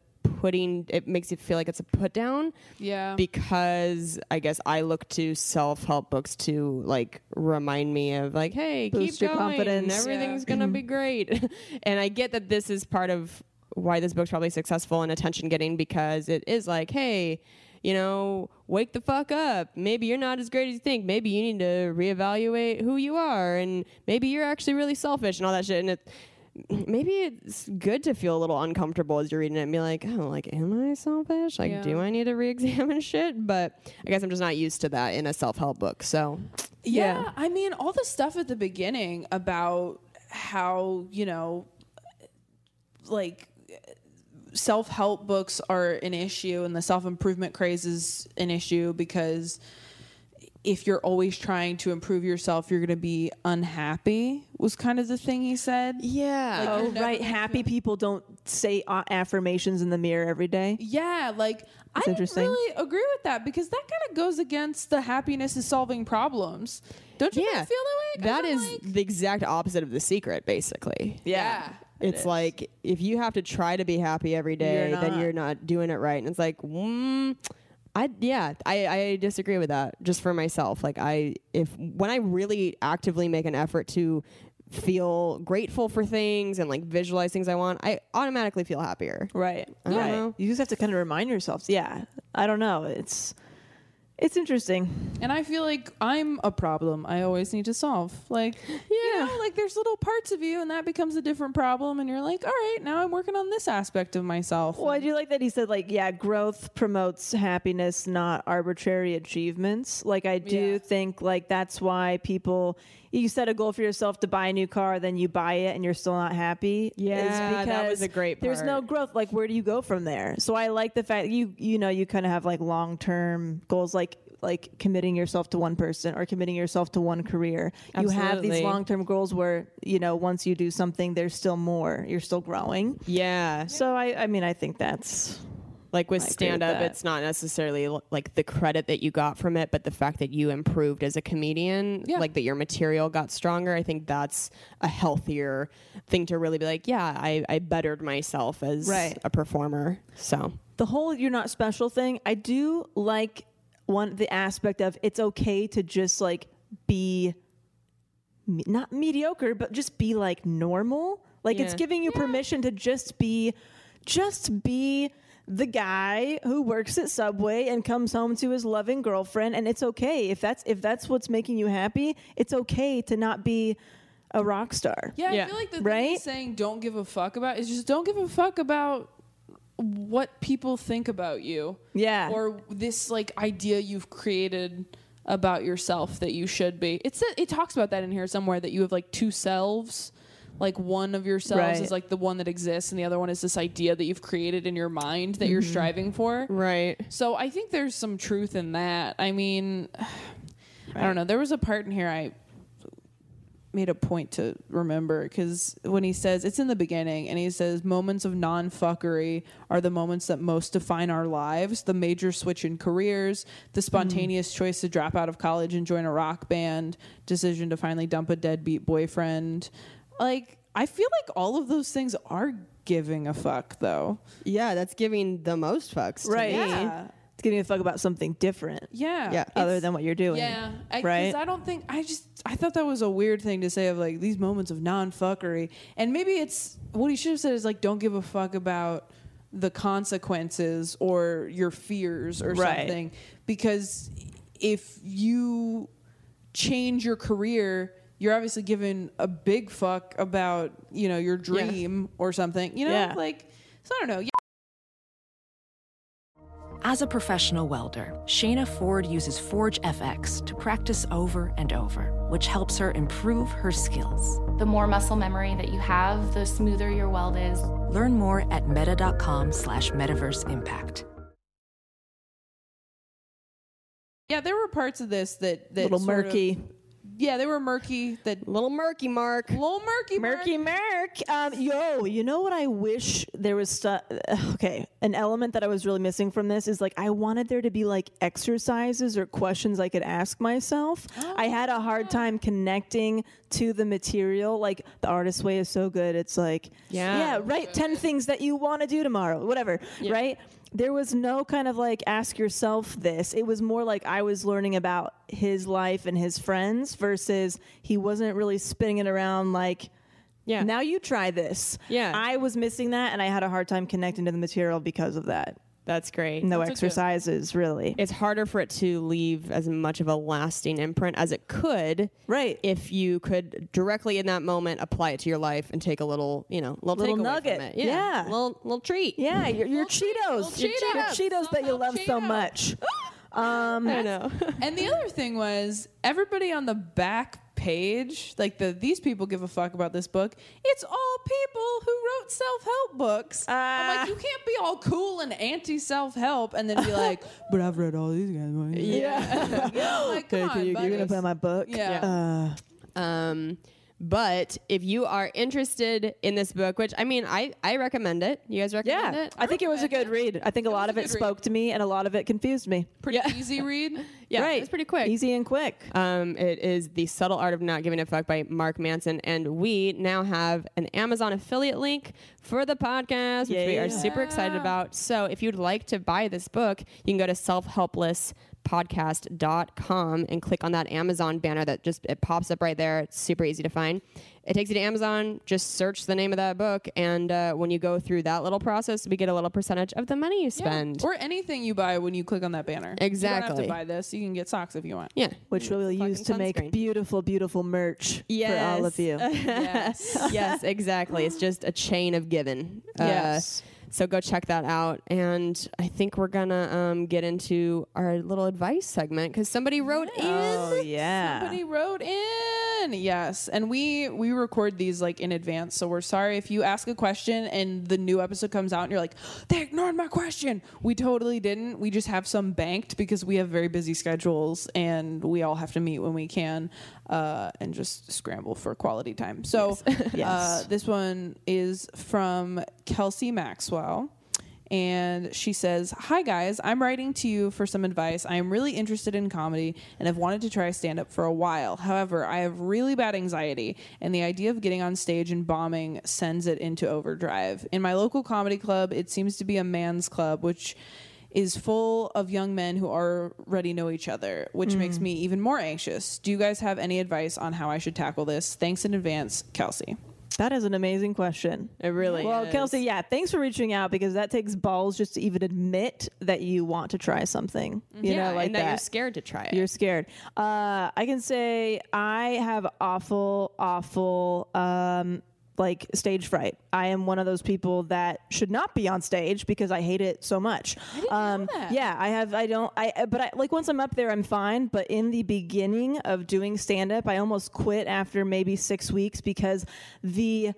Speaker 5: putting. It makes you feel like it's a put down.
Speaker 2: Yeah.
Speaker 5: Because I guess I look to self help books to like remind me of like, hey,
Speaker 3: Boost
Speaker 5: keep
Speaker 3: your
Speaker 5: going.
Speaker 3: confidence.
Speaker 5: Everything's gonna be great. and I get that this is part of why this book's probably successful and attention getting because it is like, hey. You know, wake the fuck up. Maybe you're not as great as you think. Maybe you need to reevaluate who you are, and maybe you're actually really selfish and all that shit. And it, maybe it's good to feel a little uncomfortable as you're reading it and be like, oh, like, am I selfish? Like, do I need to re examine shit? But I guess I'm just not used to that in a self help book. So,
Speaker 2: Yeah, I mean, all the stuff at the beginning about how, you know, like self help books are an issue and the self improvement craze is an issue because if you're always trying to improve yourself, you're going to be unhappy, was kind of the thing he said.
Speaker 5: yeah.
Speaker 2: Like,
Speaker 3: Oh,
Speaker 2: you're never
Speaker 3: right.
Speaker 2: gonna
Speaker 3: Happy people don't say uh, affirmations in the mirror every day.
Speaker 2: Yeah, like I didn't
Speaker 3: interesting.
Speaker 2: really agree with that because that kind of goes against the happiness is solving problems. Don't you
Speaker 5: yeah.
Speaker 2: guys feel that way? 'Cause
Speaker 5: That
Speaker 2: I'm
Speaker 5: is
Speaker 2: like-
Speaker 5: the exact opposite of the secret, basically.
Speaker 2: yeah.
Speaker 5: It's like if you have to try to be happy every day,
Speaker 2: You're
Speaker 5: then
Speaker 2: not.
Speaker 5: you're not doing it right. And it's like, mm, I yeah, I, I disagree with that. Just for myself, like I if when I really actively make an effort to feel grateful for things and like visualize things I want, I automatically feel happier.
Speaker 3: Right.
Speaker 5: I don't
Speaker 3: right.
Speaker 5: know.
Speaker 3: You just have to kind of remind yourself. Yeah. I don't know. It's it's interesting.
Speaker 2: And I feel like I'm a problem I always need to solve. Like, you know, like there's little parts of you, and that becomes a different problem. And you're like, all right, now I'm working on this aspect of myself.
Speaker 3: Well, I do like that he said like, yeah, growth promotes happiness, not arbitrary achievements. Like I do
Speaker 2: Yeah.
Speaker 3: think like that's why people you set a goal for yourself to buy a new car, then you buy it and you're still not happy. is
Speaker 5: Yeah, that was
Speaker 3: because
Speaker 5: a great
Speaker 3: There's no
Speaker 5: part.
Speaker 3: growth. Like where do you go from there? So I like the fact you you know, you kinda have like long term goals like like committing yourself to one person or committing yourself to one career. You have these
Speaker 5: Absolutely.
Speaker 3: long term goals where, you know, once you do something there's still more. You're still growing.
Speaker 5: Yeah.
Speaker 3: So I, I mean I think that's
Speaker 5: Like with
Speaker 3: with
Speaker 5: stand up,
Speaker 3: that.
Speaker 5: it's not necessarily l- like the credit that you got from it, but the fact that you improved as a comedian,
Speaker 2: Yeah.
Speaker 5: like that your material got stronger. I think that's a healthier thing to really be like, yeah, I, I bettered myself as
Speaker 3: Right.
Speaker 5: a performer. So,
Speaker 3: the whole you're not special thing i do like one the aspect of it's okay to just like be me- not mediocre but just be like normal like it's
Speaker 5: Yeah.
Speaker 3: giving you permission to just be just be the guy who works at subway and comes home to his loving girlfriend and it's okay if that's if that's what's making you happy it's okay to not be a rock star
Speaker 2: yeah,
Speaker 5: Yeah.
Speaker 2: I feel like the thing
Speaker 3: Right?
Speaker 2: he's saying don't give a fuck about is just don't give a fuck about what people think about you.
Speaker 3: Yeah.
Speaker 2: Or this like idea you've created about yourself that you should be. It's it talks about that in here somewhere that you have like two selves. Like one of yourselves
Speaker 3: Right.
Speaker 2: is like the one that exists and the other one is this idea that you've created in your mind that
Speaker 3: Mm-hmm.
Speaker 2: you're striving for.
Speaker 5: right.
Speaker 2: So I think there's some truth in that. I mean, I don't know. There was a part in here I made a point to remember because when he says it's in the beginning and he says moments of non-fuckery are the moments that most define our lives the major switch in careers the spontaneous choice to drop out of college and join a rock band decision to finally dump a deadbeat boyfriend like i feel like all of those things are giving a fuck though
Speaker 5: Yeah, that's giving the most fucks. to
Speaker 3: right
Speaker 5: me.
Speaker 3: it's giving a fuck about something different
Speaker 2: yeah
Speaker 5: Yeah.
Speaker 3: other
Speaker 2: It's-
Speaker 3: than what you're doing
Speaker 2: Yeah, I, 'cause
Speaker 3: right
Speaker 2: I don't think I just I thought that was a weird thing to say of like these moments of non fuckery, and maybe it's what he should have said is like don't give a fuck about the consequences or your fears or
Speaker 3: Right.
Speaker 2: something because if you change your career you're obviously giving a big fuck about you know your dream or something you know
Speaker 3: Yeah.
Speaker 2: like so i don't know
Speaker 7: As a professional welder, Shayna Ford uses Forge FX to practice over and over, which helps her improve her skills.
Speaker 8: The more muscle memory that you have, the smoother your weld is.
Speaker 7: Learn more at meta.com slash metaverse impact.
Speaker 2: yeah there were parts of this that that
Speaker 3: little
Speaker 2: sort of-
Speaker 3: murky
Speaker 2: yeah they were murky that
Speaker 5: Little murky mark.
Speaker 2: little murky
Speaker 3: Murky Merc. Um, yo, you know what I wish there was stuff. Okay, an element that I was really missing from this is like I wanted there to be like exercises or questions I could ask myself. I had a hard time connecting to the material. Like the artist way is so good. It's like
Speaker 5: Yeah.
Speaker 3: yeah, write ten things that you want to do tomorrow, whatever, right? There was no kind of like ask yourself this. It was more like I was learning about his life and his friends versus he wasn't really spinning it around like
Speaker 5: Yeah.
Speaker 3: now you try this.
Speaker 5: Yeah.
Speaker 3: I was missing that and I had a hard time connecting to the material because of that.
Speaker 5: That's great.
Speaker 3: No exercises, really.
Speaker 5: It's harder for it to leave as much of a lasting imprint as it could.
Speaker 3: Right.
Speaker 5: If you could directly in that moment apply it to your life and take a little, you know, little,
Speaker 3: Little
Speaker 5: takeaway
Speaker 3: nugget.
Speaker 5: From it.
Speaker 3: Yeah.
Speaker 5: Little little treat.
Speaker 3: Yeah, your, your Cheetos. Your
Speaker 5: Cheetos.
Speaker 3: Cheetos, your Cheetos that you love so much. Um,
Speaker 5: I know.
Speaker 2: and the other thing was everybody on the back page, like the these people give a fuck about this book. It's all people who wrote self help books. I'm like, you can't be all cool and anti self help and then be like, but I've read all these guys. Yeah. I'm like, come on,
Speaker 3: you, are going to
Speaker 2: buddies.
Speaker 3: buy my book?
Speaker 2: Yeah.
Speaker 3: Uh,
Speaker 5: Um, but if you are interested in this book, which I mean, I I recommend it. You guys recommend
Speaker 3: yeah.
Speaker 5: it?
Speaker 3: I think it was a good read. I think a lot of it spoke to me and a lot of it confused me.
Speaker 2: Pretty easy read.
Speaker 5: Yeah,
Speaker 3: right.
Speaker 5: it's pretty quick.
Speaker 3: Easy and quick.
Speaker 5: Um, it is The Subtle Art of Not Giving a Fuck by Mark Manson. And we now have an Amazon affiliate link for the podcast, which we are super excited about. So if you'd like to buy this book, you can go to selfhelplesspodcast.com and click on that Amazon banner that just it pops up right there. It's super easy to find. It takes you to Amazon. Just search the name of that book. And uh, when you go through that little process, we get a little percentage of the money you spend.
Speaker 2: Or anything you buy when you click on that banner. You don't have
Speaker 5: Exactly.
Speaker 2: to buy this. You can get socks if you want.
Speaker 5: yeah.
Speaker 3: Which we'll use to make
Speaker 5: sunscreen.
Speaker 3: beautiful, beautiful merch for all of you.
Speaker 5: yes. yes, exactly. It's just a chain of giving. Uh,
Speaker 2: Yes.
Speaker 5: so go check that out. And I think we're going to um, get into our little advice segment because somebody wrote in.
Speaker 3: oh, yeah.
Speaker 2: Somebody wrote in. Yes. And we we record these like in advance. So we're sorry if you ask a question and the new episode comes out and you're like, they ignored my question. We totally didn't. We just have some banked because we have very busy schedules and we all have to meet when we can uh, and just scramble for quality time. So Uh, this one is from Kelsey Maxwell and she says, Hi guys, I'm writing to you for some advice. I am really interested in comedy and have wanted to try stand up for a while. However, I have really bad anxiety, and the idea of getting on stage and bombing sends it into overdrive. In my local comedy club, it seems to be a man's club, which is full of young men who already know each other, which makes me even more anxious. Do you guys have any advice on how I should tackle this? Thanks in advance, Kelsey.
Speaker 3: That is an amazing question.
Speaker 5: It really
Speaker 3: Well,
Speaker 5: is.
Speaker 3: Kelsey, yeah, thanks for reaching out because that takes balls just to even admit that you want to try something. You
Speaker 5: yeah,
Speaker 3: know, like
Speaker 5: and that, you're scared to try it.
Speaker 3: You're scared. Uh, I can say I have awful, awful, um, like stage fright. I am one of those people that should not be on stage because I hate it so much. um, Yeah, I have. I don't. I but I like once I'm up there, I'm fine. But in the beginning of doing stand up, I almost quit after maybe six weeks because the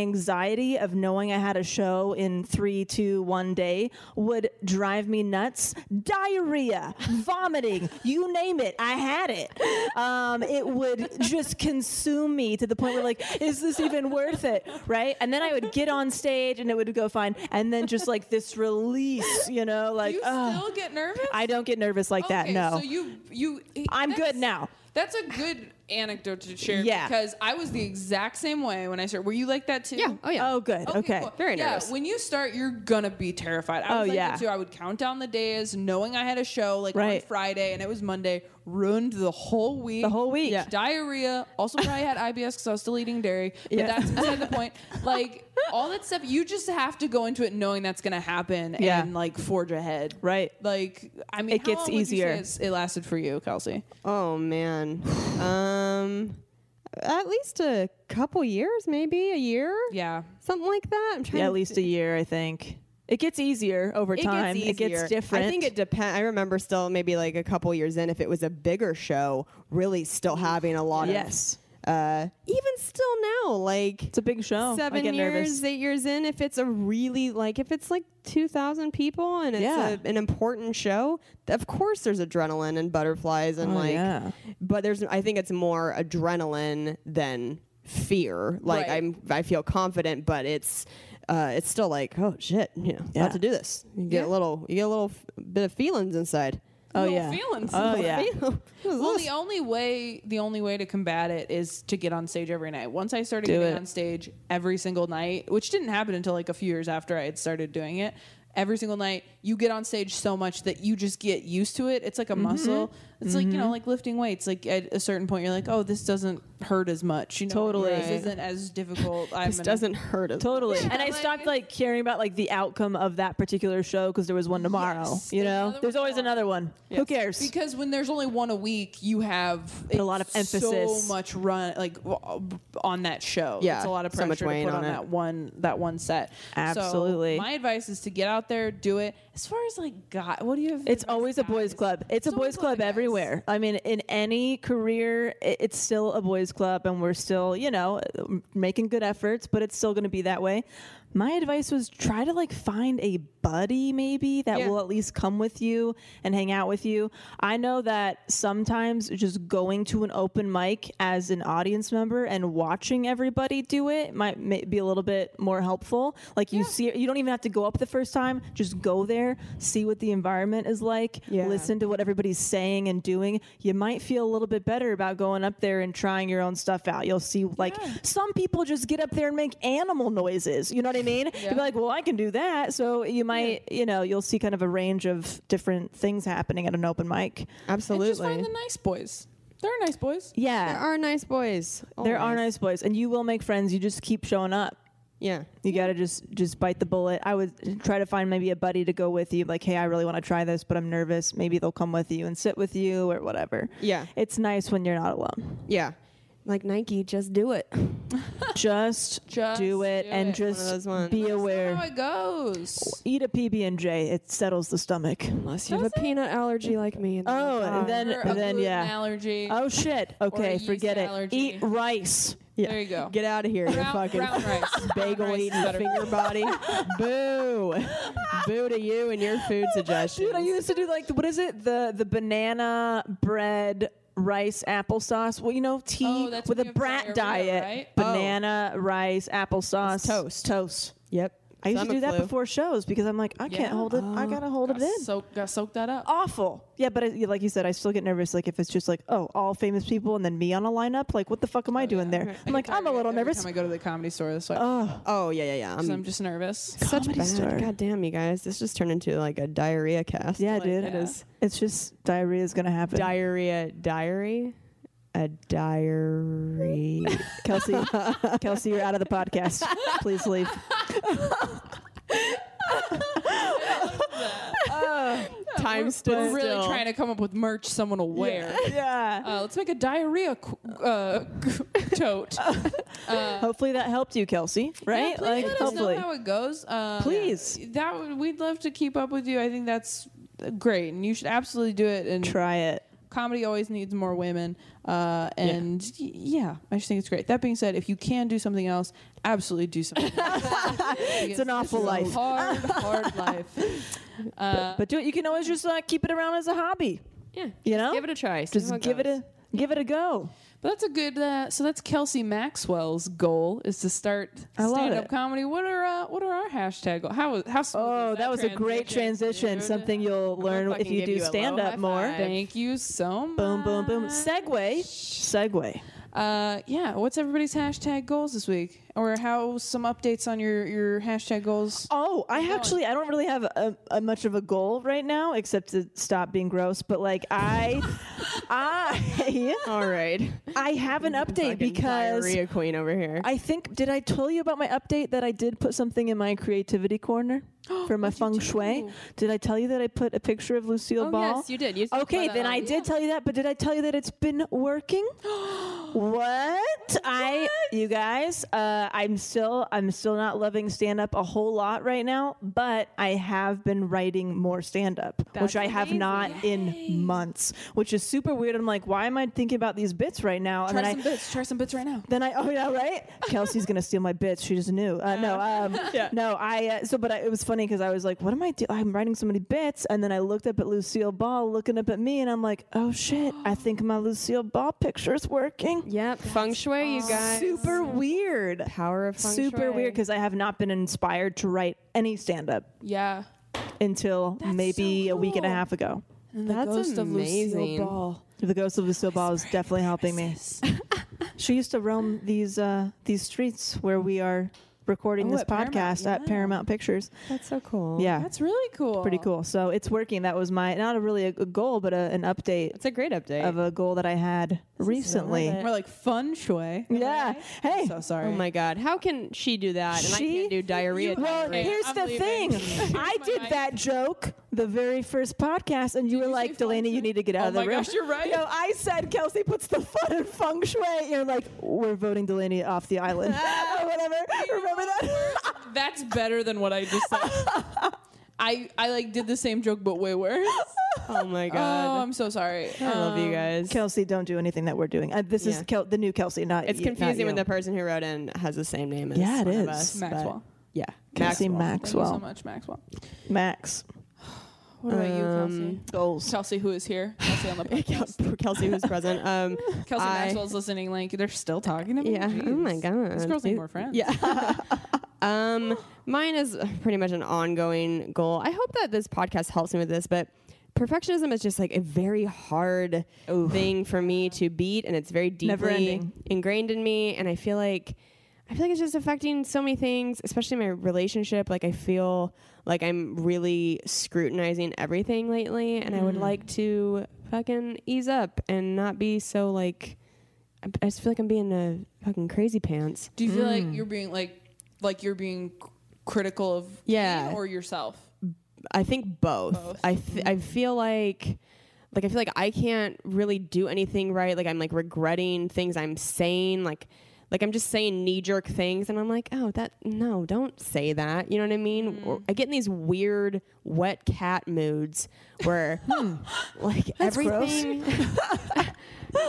Speaker 3: anxiety of knowing I had a show in three, two, one day would drive me nuts. Diarrhea, vomiting, you name it, I had it. Um, it would just consume me to the point where, like, is this even worth it? Right? And then I would get on stage and it would go fine. And then just like this release, you know, like,
Speaker 2: You
Speaker 3: ugh.
Speaker 2: still get nervous?
Speaker 3: I don't get nervous like that.
Speaker 2: Okay,
Speaker 3: No.
Speaker 2: So you you
Speaker 3: I'm
Speaker 2: that's-
Speaker 3: good now.
Speaker 2: That's a good anecdote to share.
Speaker 3: Yeah.
Speaker 2: Because I was the exact same way when I started. Were you like that too?
Speaker 5: Yeah. Oh, yeah.
Speaker 3: oh, good. Okay.
Speaker 2: cool.
Speaker 5: Very
Speaker 2: yeah,
Speaker 5: nervous.
Speaker 2: When you start, you're gonna be terrified. I was
Speaker 3: Oh,
Speaker 2: like that
Speaker 3: yeah.
Speaker 2: Too. I would count down the days, knowing I had a show like
Speaker 3: Right.
Speaker 2: on Friday, and it was Monday. Ruined the whole week.
Speaker 3: The whole week. Yeah.
Speaker 2: Diarrhea. Also, probably had IBS because I was still eating dairy. But
Speaker 3: Yeah.
Speaker 2: that's beside the point. Like all that stuff, you just have to go into it knowing that's gonna happen
Speaker 3: Yeah.
Speaker 2: and like forge ahead.
Speaker 3: Right.
Speaker 2: Like I mean,
Speaker 3: It
Speaker 2: how
Speaker 3: gets
Speaker 2: long would you say
Speaker 3: easier.
Speaker 2: it's- It lasted for you, Kelsey.
Speaker 5: Oh man. um at least a couple years, maybe a year?
Speaker 2: Yeah.
Speaker 5: Something like that. I'm trying
Speaker 3: Yeah,
Speaker 5: to
Speaker 3: at least a year, I think. It gets easier over time. It
Speaker 5: easier.
Speaker 3: gets different.
Speaker 5: I think it depends. I remember still maybe like a couple years in, if it was a bigger show, really still having a lot
Speaker 3: Mm. Yes.
Speaker 5: of. Uh, even still now, like
Speaker 3: It's a big show. Oh, I
Speaker 5: seven
Speaker 3: get
Speaker 5: years,
Speaker 3: nervous.
Speaker 5: eight years in, if it's a really like if it's like two thousand people and it's
Speaker 3: Yeah.
Speaker 5: a, an important show, of course there's adrenaline and butterflies and
Speaker 3: Oh,
Speaker 5: like,
Speaker 3: yeah.
Speaker 5: but there's I think it's more adrenaline than fear. Like
Speaker 2: Right.
Speaker 5: I'm I feel confident, but it's. Uh, it's still like, oh shit, you know,
Speaker 3: Yeah.
Speaker 5: about to do this. You get a little, you get a little f- bit of feelings inside.
Speaker 3: Oh,
Speaker 2: little
Speaker 3: yeah.
Speaker 2: feelings.
Speaker 3: Oh, yeah. Feelings.
Speaker 2: well, the only way the only way to combat it is to get on stage every night. Once I started
Speaker 3: Do
Speaker 2: getting
Speaker 3: it.
Speaker 2: on stage every single night, which didn't happen until like a few years after I had started doing it. Every single night, you get on stage so much that you just get used to it. It's
Speaker 3: Mm-hmm.
Speaker 2: like a muscle. It's like you know,
Speaker 3: Mhm.
Speaker 2: like lifting weights. Like at a certain point, you're like, "Oh, this doesn't hurt as much." You know,
Speaker 3: Totally.
Speaker 2: this isn't as difficult. I'm
Speaker 5: This doesn't hurt as
Speaker 3: Totally.
Speaker 2: Yeah,
Speaker 3: and I
Speaker 2: like-
Speaker 3: stopped like caring about like the outcome of that particular show because there was one tomorrow. You know, there's always another one. Who cares?
Speaker 2: Because when there's only one a week, you have
Speaker 3: a lot of emphasis.
Speaker 2: so much run like w- uh, on that show.
Speaker 3: Yeah,
Speaker 2: it's a lot of
Speaker 3: so
Speaker 2: pressure
Speaker 3: much
Speaker 2: to
Speaker 3: weight
Speaker 2: put
Speaker 3: on
Speaker 2: on,
Speaker 3: it.
Speaker 2: that one that one set. So
Speaker 3: Absolutely.
Speaker 2: my advice is to get out there, do it. As far as like God, what do you have?
Speaker 3: It's always a boys' club. It's, a boys' club everywhere. I mean, in any career, i- it's still a boys' club, and we're still, you know, m- making good efforts, but it's still going to be that way. My advice was try to like find a buddy, maybe that
Speaker 2: Yeah.
Speaker 3: will at least come with you and hang out with you. I know that sometimes just going to an open mic as an audience member and watching everybody do it might ma- be a little bit more helpful. Like you see, you don't even have to go up the first time. Just go there, see what the environment is like,
Speaker 5: Yeah.
Speaker 3: listen to what everybody's saying and doing. You might feel a little bit better about going up there and trying your own stuff out. You'll see, like some people just get up there and make animal noises. You know what I mean? You'll be like, well, I can do that. So you might, you know, you'll see kind of a range of different things happening at an open mic.
Speaker 5: Absolutely.
Speaker 2: Just find the nice boys. There are nice boys.
Speaker 3: Yeah.
Speaker 5: There are nice boys.
Speaker 3: There are
Speaker 5: Always.
Speaker 3: nice boys, and you will make friends. You just keep showing up.
Speaker 5: Yeah.
Speaker 3: You gotta just just bite the bullet. I would try to find maybe a buddy to go with you. Like, hey, I really want to try this, but I'm nervous. Maybe they'll come with you and sit with you or whatever.
Speaker 5: Yeah.
Speaker 3: it's nice when you're not alone.
Speaker 5: Yeah. Like Nike, just do it.
Speaker 3: Just,
Speaker 2: Just
Speaker 3: do it
Speaker 2: do
Speaker 3: and
Speaker 2: it.
Speaker 5: One of those
Speaker 3: just
Speaker 5: ones.
Speaker 3: be aware.
Speaker 2: How it goes.
Speaker 3: Eat a PB and J. It settles the stomach.
Speaker 5: Unless you have a peanut allergy like me. and then
Speaker 3: Oh,
Speaker 5: you're
Speaker 3: and then
Speaker 2: Or a
Speaker 3: and then
Speaker 2: gluten
Speaker 3: yeah.
Speaker 2: allergy.
Speaker 3: Oh shit. Okay,
Speaker 2: yeast
Speaker 3: forget it.
Speaker 2: allergy.
Speaker 3: Eat rice. Yeah.
Speaker 2: There you go.
Speaker 5: fine. get out of here. you
Speaker 2: brown,
Speaker 5: fucking
Speaker 2: brown rice.
Speaker 5: bagel
Speaker 2: rice is
Speaker 5: eating
Speaker 2: better.
Speaker 5: finger body. Boo. Boo to you and your food suggestions.
Speaker 3: Dude, I used to do like the- what is it? The the banana bread rice applesauce. Well, you know, tea
Speaker 2: Oh, that's
Speaker 3: with a
Speaker 2: when you have
Speaker 3: brat
Speaker 2: diarrhea,
Speaker 3: diet.
Speaker 2: right?
Speaker 5: Oh.
Speaker 3: Banana rice applesauce.
Speaker 5: It's Uh, toast.
Speaker 3: Toast.
Speaker 5: Yep.
Speaker 3: I used to
Speaker 5: Stomach
Speaker 3: do that
Speaker 5: flu.
Speaker 3: before shows because I'm like, I
Speaker 2: Yeah.
Speaker 3: can't hold it. I gotta hold it
Speaker 2: Gotta
Speaker 3: in.
Speaker 2: Soak, gotta soak that up.
Speaker 3: Awful. Yeah, but I, like you said, I still get nervous. Like if it's just like, oh, all famous people and then me on a lineup. Like what the fuck am I doing there? I'm like, I'm a little
Speaker 2: Every
Speaker 3: nervous.
Speaker 2: time I go to the comedy store, that's why
Speaker 5: Oh, yeah, yeah, yeah. I'm,
Speaker 2: I'm just nervous.
Speaker 5: such
Speaker 3: Comedy
Speaker 5: bad.
Speaker 3: store.
Speaker 5: God damn, you guys. This just turned into like a diarrhea cast.
Speaker 3: Yeah,
Speaker 5: Like,
Speaker 3: dude.
Speaker 5: It is.
Speaker 3: It's just diarrhea is gonna happen.
Speaker 5: Diarrhea diary. A diary.
Speaker 3: Kelsey, Kelsey, you're out of the podcast. Please leave.
Speaker 5: Time
Speaker 2: We're
Speaker 5: stood
Speaker 2: really
Speaker 5: still.
Speaker 2: trying to come up with merch someone will wear.
Speaker 3: Yeah.
Speaker 2: Uh, let's make a diarrhea qu- uh, tote.
Speaker 3: Hopefully that helped you, Kelsey. Uh, Right?
Speaker 2: Yeah, please let us know how it goes. Uh,
Speaker 3: Please.
Speaker 2: that would, we'd love to keep up with you. I think that's great, and you should absolutely do it. And
Speaker 3: try it.
Speaker 2: comedy always needs more women. Uh, and y- yeah. I just think it's great. That being said, if you can do something else, absolutely do something. else.
Speaker 3: It's an awful
Speaker 2: It's a
Speaker 3: life.
Speaker 2: hard, hard life.
Speaker 3: but do it. You can always just uh, keep it around as a hobby.
Speaker 5: yeah.
Speaker 3: You know?
Speaker 5: Give it a try. See
Speaker 3: Just
Speaker 5: how it
Speaker 3: give it
Speaker 5: goes.
Speaker 3: a give it a go.
Speaker 2: But that's a good. Uh, so that's Kelsey Maxwell's goal is to start
Speaker 3: I love
Speaker 2: stand up
Speaker 3: it.
Speaker 2: comedy. What are uh, what are our hashtag? goal- How how smooth
Speaker 3: Oh,
Speaker 2: is
Speaker 3: that was a great transition.
Speaker 2: dude?
Speaker 3: Something you'll learn if
Speaker 5: fucking
Speaker 3: you
Speaker 5: give
Speaker 3: do
Speaker 5: you a low
Speaker 3: stand up
Speaker 5: high
Speaker 3: more.
Speaker 5: five.
Speaker 2: Thank you so much.
Speaker 3: Boom, boom, boom. Segway. Segway.
Speaker 2: Uh, yeah. What's everybody's hashtag goals this week, or how some updates on your your hashtag goals?
Speaker 3: Oh, I actually I don't really have a, a much of a goal right now except to stop being gross. But like I, I,
Speaker 5: All right.
Speaker 3: I have an update
Speaker 5: Fucking
Speaker 3: because
Speaker 5: diarrhea queen over here.
Speaker 3: I think did I tell you about my update that I did put something in my creativity corner for my feng shui? Did I tell you that I put a picture of Lucille
Speaker 5: Oh,
Speaker 3: Ball?
Speaker 5: yes, you did. You
Speaker 3: okay,
Speaker 5: put that
Speaker 3: then I
Speaker 5: on.
Speaker 3: did tell you that, but did I tell you that it's been working? what? I you guys, uh, I'm still I'm still not loving stand up a whole lot right now, but I have been writing more stand up, which I have not in months, which is super weird. I'm like, why am I thinking about these bits right now?
Speaker 2: Try
Speaker 3: Oh, then
Speaker 2: some
Speaker 3: I
Speaker 2: bits. Try some bits right now.
Speaker 3: then I oh yeah right. Kelsey's gonna steal my bits. She just knew. Uh, no, um, no. I uh, so but I, it was funny because I was like, what am I doing? I'm writing so many bits, and then I looked up at Lucille Ball, looking up at me, and I'm like, oh shit, I think my Lucille Ball picture's working.
Speaker 5: Yep. Feng shui, you guys.
Speaker 3: Super weird.
Speaker 5: Power of feng
Speaker 3: Super
Speaker 5: shui.
Speaker 3: weird because I have not been inspired to write any stand up
Speaker 2: Yeah.
Speaker 3: until maybe a week and a half ago.
Speaker 2: And the
Speaker 5: That's
Speaker 2: ghost of
Speaker 5: amazing.
Speaker 2: Lucille Ball.
Speaker 3: The ghost of Lucille Ball is definitely helping me. she used to roam these uh, these streets where we are recording
Speaker 2: Oh,
Speaker 3: this
Speaker 2: at Paramount,
Speaker 3: podcast at
Speaker 2: yeah.
Speaker 3: Paramount Pictures.
Speaker 5: That's so cool.
Speaker 3: Yeah,
Speaker 2: That's really cool.
Speaker 3: pretty cool. So it's working. That was my not a really a, a goal, but a, an update
Speaker 5: It's a great update.
Speaker 3: of a goal that I had recently.
Speaker 2: We're like fun shui.
Speaker 3: Yeah. Hey.
Speaker 2: So sorry.
Speaker 5: Oh my god, how can she do that and I
Speaker 3: She-
Speaker 5: can't do diarrhea?
Speaker 3: well,
Speaker 5: diarrhea?
Speaker 3: here's
Speaker 2: I'm
Speaker 3: the
Speaker 2: leaving.
Speaker 3: thing. I
Speaker 2: my
Speaker 3: did
Speaker 2: mic.
Speaker 3: that joke the very first podcast, and you were
Speaker 2: you say
Speaker 3: like, "Delaney, you need to get out
Speaker 2: Oh
Speaker 3: of the
Speaker 2: my
Speaker 3: room."
Speaker 2: gosh, you're right.
Speaker 3: No, I said Kelsey puts the fun in feng shui. and You're like, "We're voting Delaney off the island or whatever." Remember that?
Speaker 2: That's better than what I just said. I I like did the same joke but way worse.
Speaker 5: oh my
Speaker 2: Oh,
Speaker 5: god.
Speaker 2: I'm so sorry. Um,
Speaker 5: I love you guys.
Speaker 3: Kelsey, don't do anything that we're doing. Uh, this is
Speaker 5: Yeah.
Speaker 3: Kel- the new Kelsey, not
Speaker 5: it's
Speaker 3: y- not
Speaker 5: confusing when
Speaker 3: you.
Speaker 5: the person who wrote in has the same name as
Speaker 3: Yeah, it
Speaker 5: one
Speaker 3: is.
Speaker 5: of us. but-
Speaker 2: Maxwell.
Speaker 5: Yeah.
Speaker 3: Kelsey
Speaker 2: Thank you so
Speaker 3: Maxwell.
Speaker 2: much, Maxwell.
Speaker 3: Max
Speaker 2: What about you, Kelsey?
Speaker 5: Um,
Speaker 3: goals.
Speaker 2: Kelsey, who is here? Kelsey on the podcast.
Speaker 5: Max- Kelsey who's present. Um
Speaker 2: Kelsey
Speaker 5: I-
Speaker 2: Maxwell's listening. Like they're still talking to me.
Speaker 5: Yeah. Oh
Speaker 2: Jeez.
Speaker 5: my god.
Speaker 2: These girls need
Speaker 5: dude.
Speaker 2: more friends.
Speaker 5: Yeah. um, mine is pretty much an ongoing goal. I hope that this podcast helps me with this, but perfectionism is just like a very hard thing for me to beat, and it's very deeply
Speaker 3: Never-ending.
Speaker 5: ingrained in me, and I feel like. I feel like it's just affecting so many things, especially my relationship. Like I feel like I'm really scrutinizing everything lately, and I would like to fucking ease up and not be so like I I just feel like I'm being a fucking crazy pants.
Speaker 2: Do you feel
Speaker 5: Mm.
Speaker 2: like you're being like like you're being c- critical of
Speaker 5: Yeah.
Speaker 2: Kane or yourself?
Speaker 5: I think both. I th- I feel like like I feel like I can't really do anything right. Like I'm like regretting things I'm saying. Like like I'm just saying knee jerk things, and I'm like, oh, that no, don't say that. You know what I mean? Or I get in these weird wet cat moods where hmm, like everything.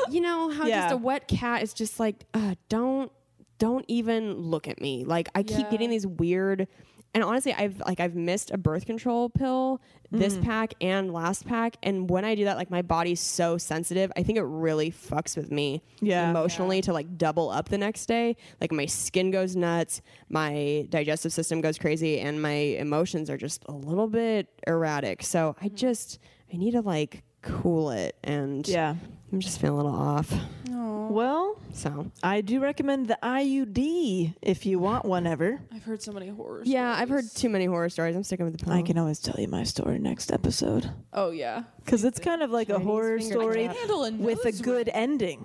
Speaker 5: you know how
Speaker 3: Yeah.
Speaker 5: just a wet cat is just like uh, don't don't even look at me like i keep getting these weird and honestly i've like i've missed a birth control pill this
Speaker 3: Hmm.
Speaker 5: pack and last pack and when i do that like my body's so sensitive i think it really fucks with me
Speaker 3: Yeah.
Speaker 5: emotionally to like double up the next day like my skin goes nuts my digestive system goes crazy and my emotions are just a little bit erratic so
Speaker 3: Hmm.
Speaker 5: i just i need to like cool it and
Speaker 3: Yeah.
Speaker 5: I'm just feeling a little off.
Speaker 3: Well,
Speaker 5: So
Speaker 3: I do recommend the IUD if you want one ever.
Speaker 2: I've heard so many horrors.
Speaker 5: yeah, I've heard too many horror stories. I'm sticking with the pill.
Speaker 3: I can always tell you my story next episode
Speaker 2: Oh yeah.
Speaker 3: because it's kind of like a horror
Speaker 5: finger
Speaker 3: story
Speaker 5: trap.
Speaker 2: Handle a
Speaker 3: with a
Speaker 2: nose
Speaker 3: good ending.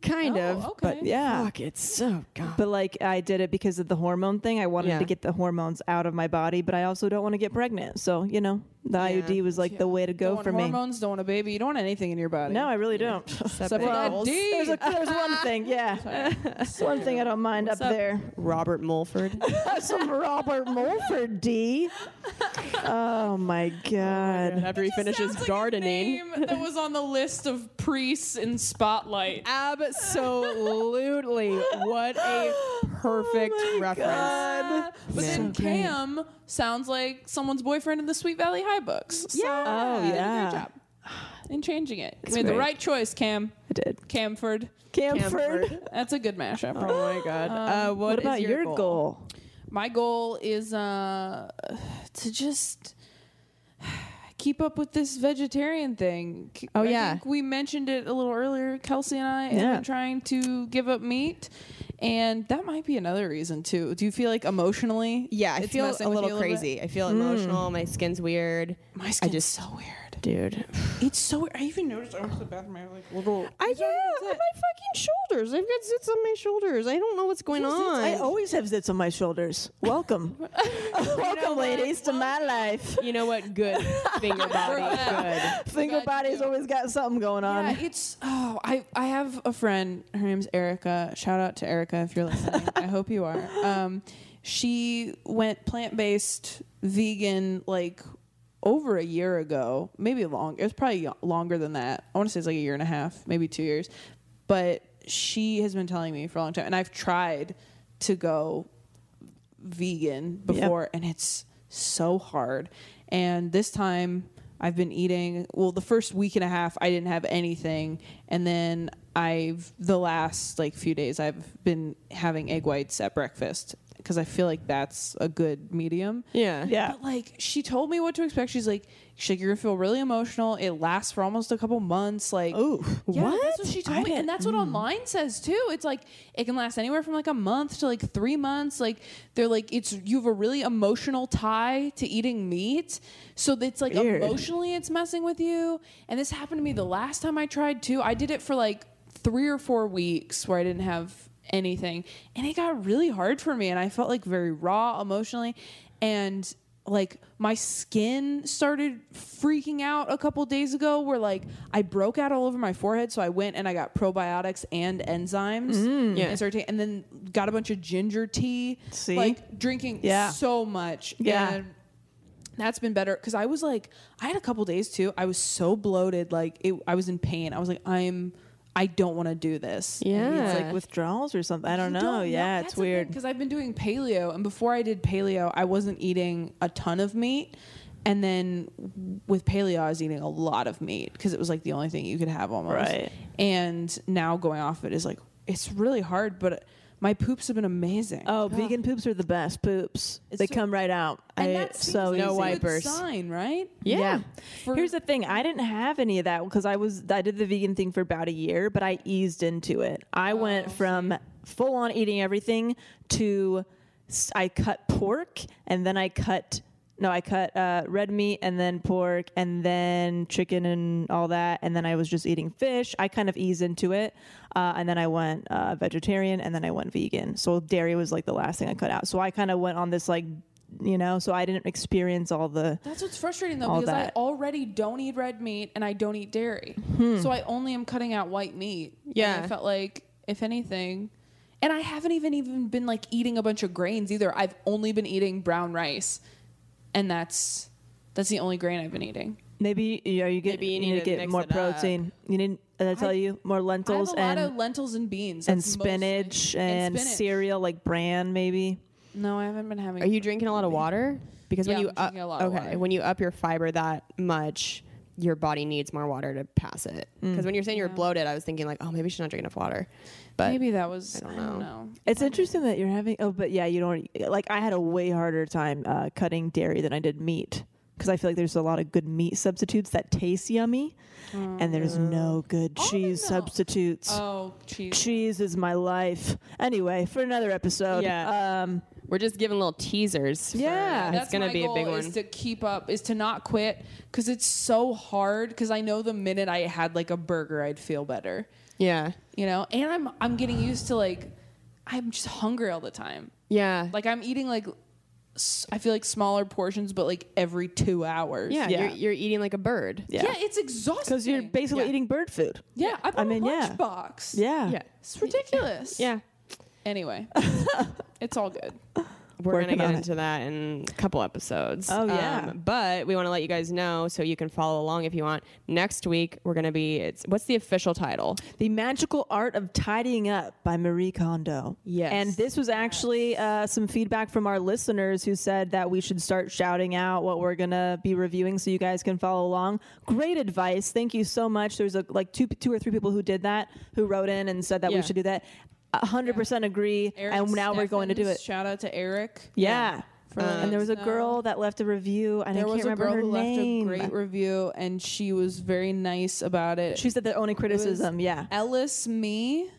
Speaker 5: kind
Speaker 2: Oh,
Speaker 5: of,
Speaker 2: okay.
Speaker 5: but
Speaker 3: Yeah.
Speaker 5: fuck, it's so god.
Speaker 3: But like I did it because of the hormone thing. I wanted
Speaker 5: Yeah.
Speaker 3: to get the hormones out of my body, but I also don't want to get pregnant. So you know, the IUD was like the way to
Speaker 2: Don't
Speaker 3: go
Speaker 2: want
Speaker 3: for me.
Speaker 2: hormones, don't want a baby. You don't want anything in your body.
Speaker 3: No, I really don't.
Speaker 5: Except
Speaker 2: Well,
Speaker 5: for
Speaker 2: D-
Speaker 3: there's, a, there's one thing, yeah, one thing I don't mind up, there.
Speaker 5: Robert Mulford.
Speaker 3: Some Robert Mulford D. Oh my god. Oh,
Speaker 5: after he finishes gardening.
Speaker 2: Name that was on the list of priests in Spotlight.
Speaker 5: Absolutely. what a perfect reference.
Speaker 2: Uh, but then Cam sounds like someone's boyfriend in the Sweet Valley High books. So
Speaker 3: Oh
Speaker 2: you did
Speaker 3: yeah.
Speaker 2: a good job in changing it. You made the
Speaker 3: great.
Speaker 2: right choice, Cam.
Speaker 3: I did.
Speaker 2: Camford.
Speaker 3: Camford.
Speaker 2: That's a good mashup.
Speaker 5: Oh my god. uh, what,
Speaker 3: What
Speaker 5: is
Speaker 3: about your, goal?
Speaker 2: My goal is uh, to just keep up with this vegetarian thing. K-
Speaker 5: Oh,
Speaker 2: I
Speaker 5: yeah.
Speaker 2: think we mentioned it a little earlier. Kelsey and I have
Speaker 3: Yeah.
Speaker 2: been trying to give up meat, and that might be another reason too. Do you feel like emotionally?
Speaker 5: Yeah, I
Speaker 2: it's
Speaker 5: feel
Speaker 2: messing
Speaker 5: a
Speaker 2: with you
Speaker 5: little Hmm.
Speaker 2: bit?
Speaker 5: crazy. I feel emotional. My skin's weird.
Speaker 2: My skin's
Speaker 5: just-
Speaker 2: so weird.
Speaker 5: Dude.
Speaker 2: It's so weird. I even noticed I went to the bathroom. I have like little.
Speaker 5: I yeah, my fucking shoulders. I've got zits on my shoulders. I don't know what's going on.
Speaker 3: I always have zits on my shoulders. Welcome. Welcome, ladies, to my life.
Speaker 5: You know what? Good finger body. Good.
Speaker 3: Single body's always got something going on.
Speaker 2: Yeah, it's oh, I I have a friend. Her name's Erica. Shout out to Erica if you're listening. I hope you are. Um, she went plant based, vegan, like over a year ago, maybe long. It was probably y- longer than that. I want to say it's like a year and a half, maybe two years. But she has been telling me for a long time, and I've tried to go vegan before and it's so hard. And this time I've been eating well the first week and a half I didn't have anything and then I've the last like few days I've been having egg whites at breakfast because I feel like that's a good medium.
Speaker 5: Yeah.
Speaker 3: Yeah.
Speaker 2: But like she told me what to expect. She's like, she's like, you're gonna feel really emotional. It lasts for almost a couple months. Like,
Speaker 3: Ooh.
Speaker 2: yeah,
Speaker 3: What?
Speaker 2: That's what she
Speaker 3: I mm.
Speaker 2: told me,
Speaker 3: didn't-
Speaker 2: and that's what online says too. It's like it can last anywhere from like a month to like three months. Like they're like, it's you have a really emotional tie to eating meat, so it's like
Speaker 3: Weird.
Speaker 2: emotionally it's messing with you. And this happened to me the last time I tried too. I did it for like three or four weeks where I didn't have anything and it got really hard for me and i felt like very raw emotionally and like my skin started freaking out a couple days ago where like i broke out all over my forehead so i went and i got probiotics and enzymes
Speaker 3: Mm.
Speaker 2: yeah. and, started ta- and then got a bunch of ginger tea
Speaker 3: See?
Speaker 2: like drinking
Speaker 3: Yeah.
Speaker 2: so much
Speaker 3: Yeah.
Speaker 2: and that's been better because I was like, I had a couple days too. I was so bloated, like it, I was in pain. I was like, I'm, I don't want to do this.
Speaker 5: Yeah.
Speaker 3: It's like withdrawals or something. I don't know. yeah, it's weird.
Speaker 2: Because I've been doing paleo, and before I did paleo, I wasn't eating a ton of meat. And then with paleo, I was eating a lot of meat because it was like the only thing you could have almost.
Speaker 3: Right.
Speaker 2: And now going off it is like it's really hard, but my poops have been amazing.
Speaker 3: Oh, vegan poops are the best poops. they
Speaker 2: so-
Speaker 3: come right out.
Speaker 2: and
Speaker 3: I-
Speaker 2: that seems
Speaker 3: so
Speaker 2: like a
Speaker 3: easy.
Speaker 2: good Sign right?
Speaker 3: Yeah.
Speaker 2: For-
Speaker 3: Here's the thing. I didn't have any of that because I was I did the vegan thing for about a year, but I eased into it. Oh, I went from full on eating everything to s- I cut pork and then I cut no, I cut uh, red meat and then pork and then chicken and all that, and then I was just eating fish. I kind of eased into it, uh, and then I went uh, vegetarian and then I went vegan. So dairy was like the last thing I cut out. So I kind of went on this like, you know, so I didn't experience all the
Speaker 2: That's what's frustrating though,
Speaker 3: all
Speaker 2: because
Speaker 3: that.
Speaker 2: I already don't eat red meat and I don't eat dairy, so I only am cutting out white meat. And
Speaker 5: Yeah.
Speaker 2: I felt like if anything, and I haven't even even been like eating a bunch of grains either. I've only been eating brown rice, and that's that's the only grain I've been eating.
Speaker 3: Maybe yeah, you get
Speaker 5: Maybe
Speaker 3: you,
Speaker 5: you
Speaker 3: need,
Speaker 5: need
Speaker 3: to
Speaker 5: to
Speaker 3: get
Speaker 5: mix
Speaker 3: more
Speaker 5: it up.
Speaker 3: protein. You need did I tell you more lentils
Speaker 2: I have
Speaker 3: and
Speaker 2: a lot of lentils and beans
Speaker 3: and
Speaker 2: That's mostly-
Speaker 3: spinach and,
Speaker 2: spinach.
Speaker 3: cereal like bran maybe.
Speaker 2: No, I haven't been having.
Speaker 5: Are you drinking a lot of water? Because when
Speaker 2: Yeah,
Speaker 5: you
Speaker 2: I'm
Speaker 5: up,
Speaker 2: drinking a lot of
Speaker 5: okay,
Speaker 2: water.
Speaker 5: when you up your fiber that much, your body needs more water to pass it. Because
Speaker 2: Mm.
Speaker 5: when you're saying you're bloated, I was thinking like, oh, maybe she's not drinking enough water. But
Speaker 2: Maybe that was. I
Speaker 5: don't
Speaker 2: don't know.
Speaker 5: know.
Speaker 3: It's interesting that you're having oh but yeah, you don't like I had a way harder time uh, cutting dairy than I did meat because I feel like there's a lot of good meat substitutes that taste yummy and there's no good cheese
Speaker 2: milk.
Speaker 3: substitutes.
Speaker 2: Oh, cheese.
Speaker 3: Cheese is my life. Anyway, for another episode.
Speaker 5: Yeah.
Speaker 3: Um
Speaker 5: we're just giving little teasers. for-
Speaker 3: Yeah.
Speaker 5: it's gonna
Speaker 2: my
Speaker 5: be a
Speaker 2: goal
Speaker 5: big
Speaker 2: Is
Speaker 5: one.
Speaker 2: to keep up, is to not quit, because it's so hard. Because I know the minute I had like a burger, I'd feel better,
Speaker 5: yeah,
Speaker 2: you know. And I'm I'm getting used to like, I'm just hungry all the time.
Speaker 5: yeah,
Speaker 2: Like I'm eating like, s- I feel like smaller portions, but like every two hours.
Speaker 5: yeah.
Speaker 3: yeah.
Speaker 5: You're, you're eating like a bird.
Speaker 2: yeah. it's exhausting.
Speaker 3: Because you're basically
Speaker 5: Yeah.
Speaker 3: eating bird food.
Speaker 2: yeah, I, bought
Speaker 3: mean,
Speaker 2: a
Speaker 3: yeah.
Speaker 2: lunchbox.
Speaker 3: Yeah.
Speaker 5: yeah,
Speaker 2: it's ridiculous.
Speaker 5: yeah.
Speaker 2: Anyway, it's all good.
Speaker 5: We're
Speaker 3: Working
Speaker 5: gonna
Speaker 3: on
Speaker 5: get
Speaker 3: it.
Speaker 5: into that in a couple episodes. Um,
Speaker 3: Oh, yeah.
Speaker 5: but we want to let you guys know so you can follow along if you want. Next week we're gonna be. It's what's the official title?
Speaker 3: The Magical Art of Tidying Up by Marie Kondo.
Speaker 5: Yes.
Speaker 3: And this was actually uh, some feedback from our listeners who said that we should start shouting out what we're going to be reviewing so you guys can follow along. Great advice. Thank you so much. There's a, like two, two or three people who did that, who wrote in and said that we
Speaker 5: Yeah.
Speaker 3: should do that. A 100% agree.
Speaker 2: Eric
Speaker 3: and now we're going to do
Speaker 2: Steffens,
Speaker 3: it.
Speaker 2: Shout out to Eric.
Speaker 3: Yeah.
Speaker 2: For letting
Speaker 3: and there
Speaker 2: us
Speaker 3: was a
Speaker 2: know.
Speaker 3: girl that left a review. and I
Speaker 2: There
Speaker 3: can't
Speaker 2: was a
Speaker 3: remember
Speaker 2: girl
Speaker 3: her
Speaker 2: who
Speaker 3: name.
Speaker 2: left a great review, and she was very nice about it.
Speaker 3: she said their only
Speaker 2: It was
Speaker 3: criticism. Yeah.
Speaker 2: Ellis me.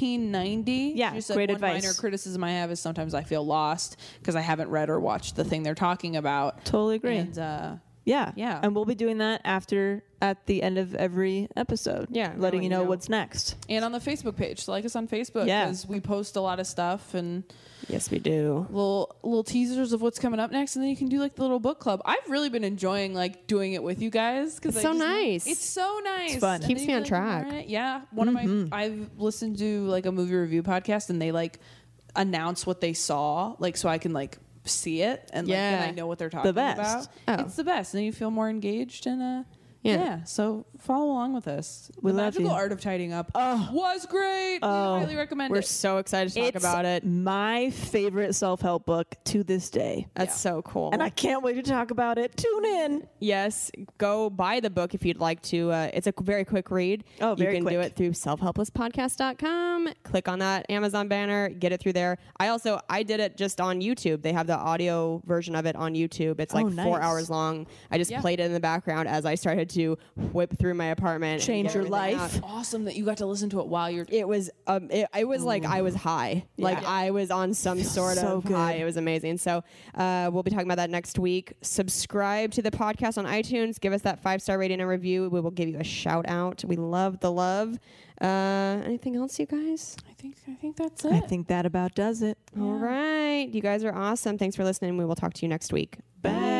Speaker 2: 1590
Speaker 3: Yeah,
Speaker 2: she said
Speaker 3: great
Speaker 2: one
Speaker 3: advice.
Speaker 2: minor criticism i have is sometimes i feel lost because i haven't read or watched the thing they're talking about
Speaker 3: Totally agree.
Speaker 2: and uh
Speaker 3: Yeah.
Speaker 2: Yeah.
Speaker 3: And we'll be doing that after at the end of every episode.
Speaker 5: Yeah, we'll
Speaker 3: Letting you know, what's next.
Speaker 2: and on the facebook page so like us on facebook
Speaker 3: Yeah.
Speaker 2: because we post a lot of stuff and
Speaker 5: Yes, we do.
Speaker 2: little little teasers of what's coming up next and then you can do like the little book club i've really been enjoying like doing it with you guys because
Speaker 5: It's so nice.
Speaker 2: it's so nice
Speaker 3: fun.
Speaker 2: And then
Speaker 5: Keeps
Speaker 2: you
Speaker 5: me on
Speaker 2: can, like,
Speaker 5: track.
Speaker 2: learn it. yeah one of my i've listened to like a movie review podcast and they like announce what they saw like so i can like see it and like then
Speaker 5: Yeah.
Speaker 2: i know what they're talking
Speaker 3: best.
Speaker 2: about
Speaker 5: Oh.
Speaker 2: it's the best and then you feel more engaged and uh Yeah. So follow along with us.
Speaker 3: We
Speaker 2: the
Speaker 3: love
Speaker 2: magical
Speaker 3: you.
Speaker 2: art of tidying up was great. we highly recommend
Speaker 5: Oh. We're
Speaker 2: it.
Speaker 5: so excited to talk
Speaker 3: It's
Speaker 5: about it.
Speaker 3: My favorite self help book to this day.
Speaker 5: That's so cool.
Speaker 3: And I can't wait to talk about it. Tune in.
Speaker 5: yes, go buy the book if you'd like to. Uh, it's a very quick read.
Speaker 3: Oh, very
Speaker 5: You can do
Speaker 3: quick.
Speaker 5: it through selfhelplesspodcast.com. Click on that Amazon banner, get it through there. I also I did it just on YouTube. They have the audio version of it on YouTube. It's like
Speaker 3: Oh,
Speaker 5: four
Speaker 3: nice.
Speaker 5: hours long. I just played it in the background as I started to whip through my apartment. and
Speaker 3: Change
Speaker 5: get
Speaker 3: your
Speaker 5: everything
Speaker 3: life.
Speaker 5: out.
Speaker 2: awesome that you got to listen to it while you're
Speaker 5: It was um it, it was like I was high. Like I was on some sort
Speaker 3: so
Speaker 5: of
Speaker 3: good.
Speaker 5: high. It was amazing. So uh, we'll be talking about that next week. Subscribe to the podcast on iTunes. Give us that five star rating and review. We will give you a shout out. We love the love. Uh, anything else, you guys?
Speaker 2: I think I think that's
Speaker 3: I
Speaker 2: it.
Speaker 3: think that about does it.
Speaker 5: All right. You guys are awesome. Thanks for listening. We will talk to you next week.
Speaker 3: Bye.